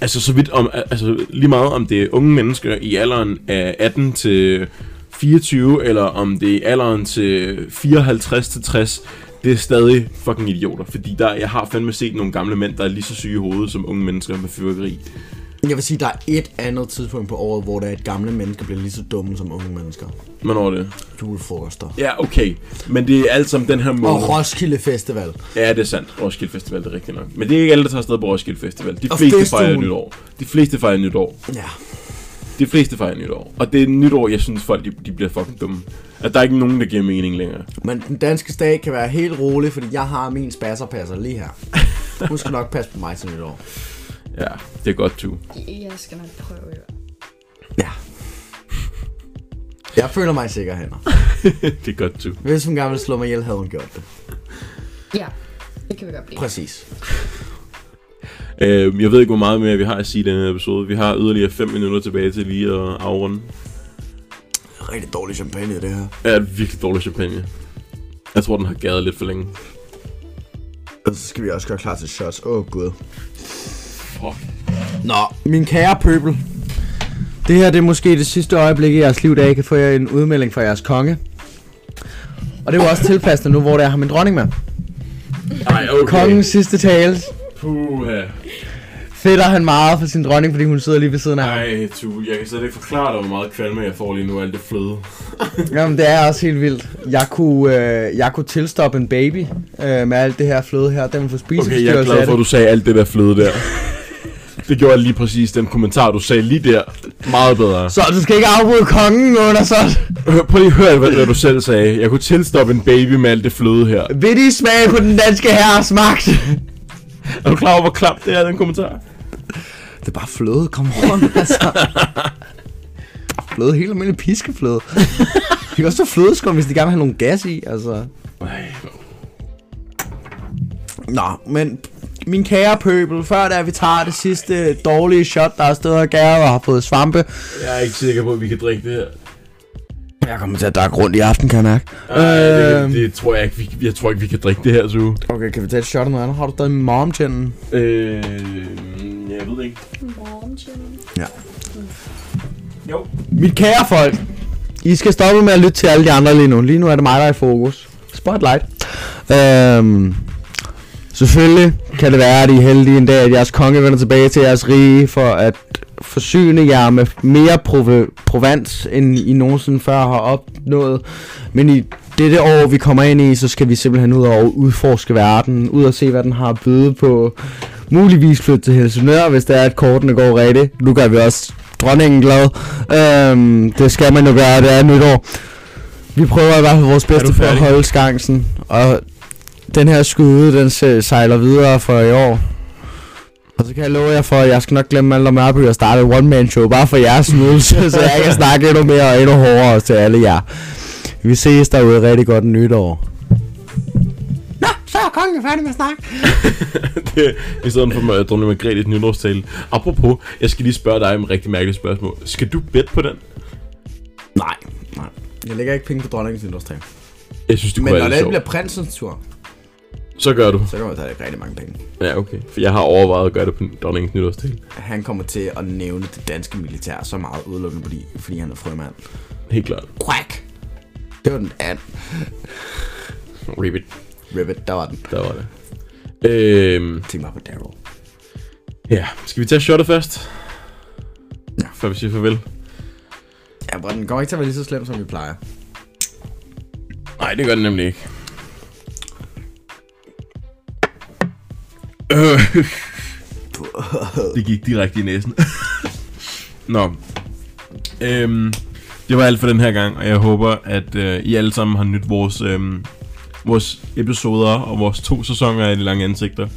Altså så vidt om, altså lige meget om det er unge mennesker i alderen af 18 til 24, eller om det er i alderen til 54 til 60, det er stadig fucking idioter. Fordi der, jeg har fandme set nogle gamle mænd, der er lige så syge i hovedet som unge mennesker med fyrværkeri. Jeg vil sige, der er et andet tidspunkt på året, hvor der er, at gamle mennesker bliver lige så dumme som unge mennesker. Hvornår er det? Julefrokoster. Ja, okay. Men det er alt sammen den her måned. Og Roskilde Festival. Ja, det er sandt. Roskilde Festival, det er rigtigt nok. Men det er ikke alle, der tager afsted på Roskilde Festival. De Og fleste festugen. fejrer nytår. De fleste fejrer nytår. Ja. De fleste fejrer nytår. Og det er nytår, jeg synes, folk de, de bliver fucking dumme. At der er ikke nogen, der giver mening længere. Men den danske stat kan være helt rolig, fordi jeg har min spasserpasser lige her. Hun skal nok passe på mig til nytår. Ja, det er godt, du. Jeg skal nok prøve, jo. Ja. Jeg føler mig i sikre hænder. det er godt, du. Hvis hun gerne ville slå mig ihjel, havde hun gjort det. Ja, det kan vi godt blive. Præcis. Øhm, jeg ved ikke, hvor meget mere vi har at sige i denne her episode. Vi har yderligere 5 minutter tilbage til lige at afrunde. Rigtig dårlig champagne, det her. Det er et virkelig dårlig champagne. Jeg tror, den har gæret lidt for længe. Og så skal vi også gøre klar til shots. Åh, oh, gud. Fuck. Nå, min kære pøbel. Det her det er måske det sidste øjeblik i jeres liv, da jeg kan få jer en udmelding fra jeres konge. Og det er jo også tilpassende nu, hvor der har min dronning med. Ej, okay. Kongens sidste tale. Puha. Fætter han meget for sin dronning, fordi hun sidder lige ved siden af ham. Ej, du, jeg kan slet ikke forklare dig, hvor meget kvalme jeg får lige nu, alt det fløde. Jamen, det er også helt vildt. Jeg kunne, øh, jeg kunne tilstoppe en baby øh, med alt det her fløde her. Den vil få Okay, spiseforstyrrelse jeg er glad af for, at det. du sagde alt det der fløde der. Det gjorde lige præcis den kommentar, du sagde lige der. Meget bedre. Så du skal ikke afbryde kongen under sådan. Hør, prøv lige at høre, hvad, hvad du selv sagde. Jeg kunne tilstoppe en baby med alt det fløde her. Vil de smage på den danske herres magt? Er du klar over, hvor klap det er, den kommentar? Det er bare fløde, kom on, altså. Fløde, helt almindelig piskefløde. Det kan også være flødeskum, hvis de gerne vil have nogle gas i, altså. Ej, Nå, men min kære pøbel, før da vi tager det sidste dårlige shot, der er stået og gæret og har fået svampe. jeg er ikke sikker på, at vi kan drikke det her. Jeg kommer til at dakke rundt i aften, kan jeg mærke. Ej, Øhm. det, det, tror jeg ikke, vi, jeg tror ikke, vi kan drikke det her, Sue. Okay, kan vi tage et shot af noget andet? Har du stadig momtænden? Øh, Øhm, jeg ved ikke. Mit kære folk, I skal stoppe med at lytte til alle de andre lige nu. Lige nu er det mig, der er i fokus. Spotlight. Øhm, selvfølgelig kan det være, at I er heldige en dag, at jeres konge vender tilbage til jeres rige for at forsyne jer med mere prov- provans, end I nogensinde før har opnået. Men i dette år, vi kommer ind i, så skal vi simpelthen ud og udforske verden, ud og se, hvad den har at byde på. Muligvis flytte til Helsingør, hvis det er, at kortene går rigtigt. Nu gør vi også dronningen glad. Øhm, det skal man jo gøre, det er nytår. Vi prøver i hvert fald vores bedste for at færdig? holde skansen. Og den her skude, den se- sejler videre for i år. Og så kan jeg love jer for, at jeg skal nok glemme Malder Mørby og starte et one-man-show, bare for jeres nydelse, så jeg kan snakke endnu mere og endnu hårdere til alle jer. Vi ses derude rigtig godt nytår. Nå, så er kongen færdig med at snakke. det, I stedet for med dronning Margrethes nytårstale. Apropos, jeg skal lige spørge dig om et rigtig mærkeligt spørgsmål. Skal du bet på den? Nej, nej. Jeg lægger ikke penge på dronningens nytårstag. Jeg synes, det Men når kunne være lidt det sjovt. bliver prinsens tur, Så gør du. så kommer der ikke rigtig mange penge. Ja, okay. For jeg har overvejet at gøre det på dronningens nytårstale. Han kommer til at nævne det danske militær så meget udelukkende, fordi, fordi han er frømand. Helt klart. Quack! Det var den anden. Ribbit. Ribbit, der var den. Der var det. Øhm, Tænk bare på Daryl. ja. Skal vi tage shotet først? Ja. Før vi siger farvel. Ja, bror, den kommer ikke til at være lige så slem, som vi plejer. Nej, det gør den nemlig ikke. Øh. det gik direkte i næsen. Nå. Øhm, det var alt for den her gang, og jeg håber, at øh, I alle sammen har nydt vores, øhm, vores episoder og vores to sæsoner af De Lange Ansigter.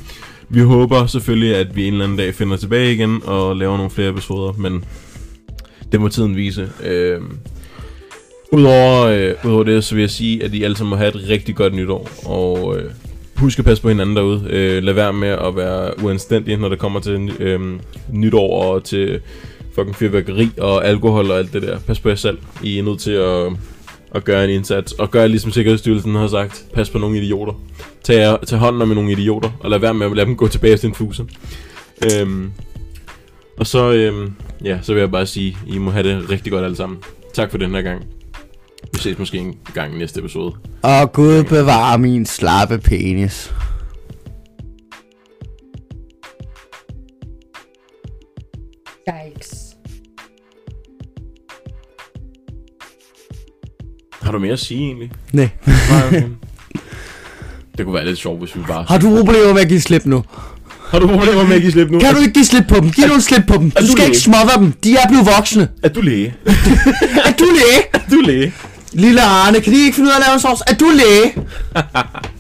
Vi håber selvfølgelig, at vi en eller anden dag finder tilbage igen og laver nogle flere episoder, men det må tiden vise. Øhm, Udover, øh, udover det, så vil jeg sige, at I alle sammen må have et rigtig godt nytår, og øh, husk at passe på hinanden derude. Øh, lad være med at være uanstændig, når det kommer til ny- øh, nytår og til fucking fyrværkeri og alkohol og alt det der. Pas på jer selv. I er nødt til at, at gøre en indsats, og gør ligesom Sikkerhedsstyrelsen har sagt. Pas på nogle idioter. Tag, jer- tag hånden om nogle idioter, og lad være med at lade dem gå tilbage til en fuse. Øhm, og så, øhm, ja, så vil jeg bare sige, I må have det rigtig godt alle sammen. Tak for den her gang. Vi ses måske en gang i næste episode. Og Gud bevarer min slappe penis. Yikes. Har du mere at sige egentlig? Nej. Nej, okay. det kunne være lidt sjovt, hvis vi bare... Har du problemer med at give slip nu? har du problemer med at give slip nu? Kan du ikke give slip på dem? Giv nu et slip på dem. Du du skal ikke læge? småvare dem. De er blevet voksne. Er du læge? Er du læge? Er du læge? Lille Arne, kan de ikke finde ud af at lave en sovs? Er du læge?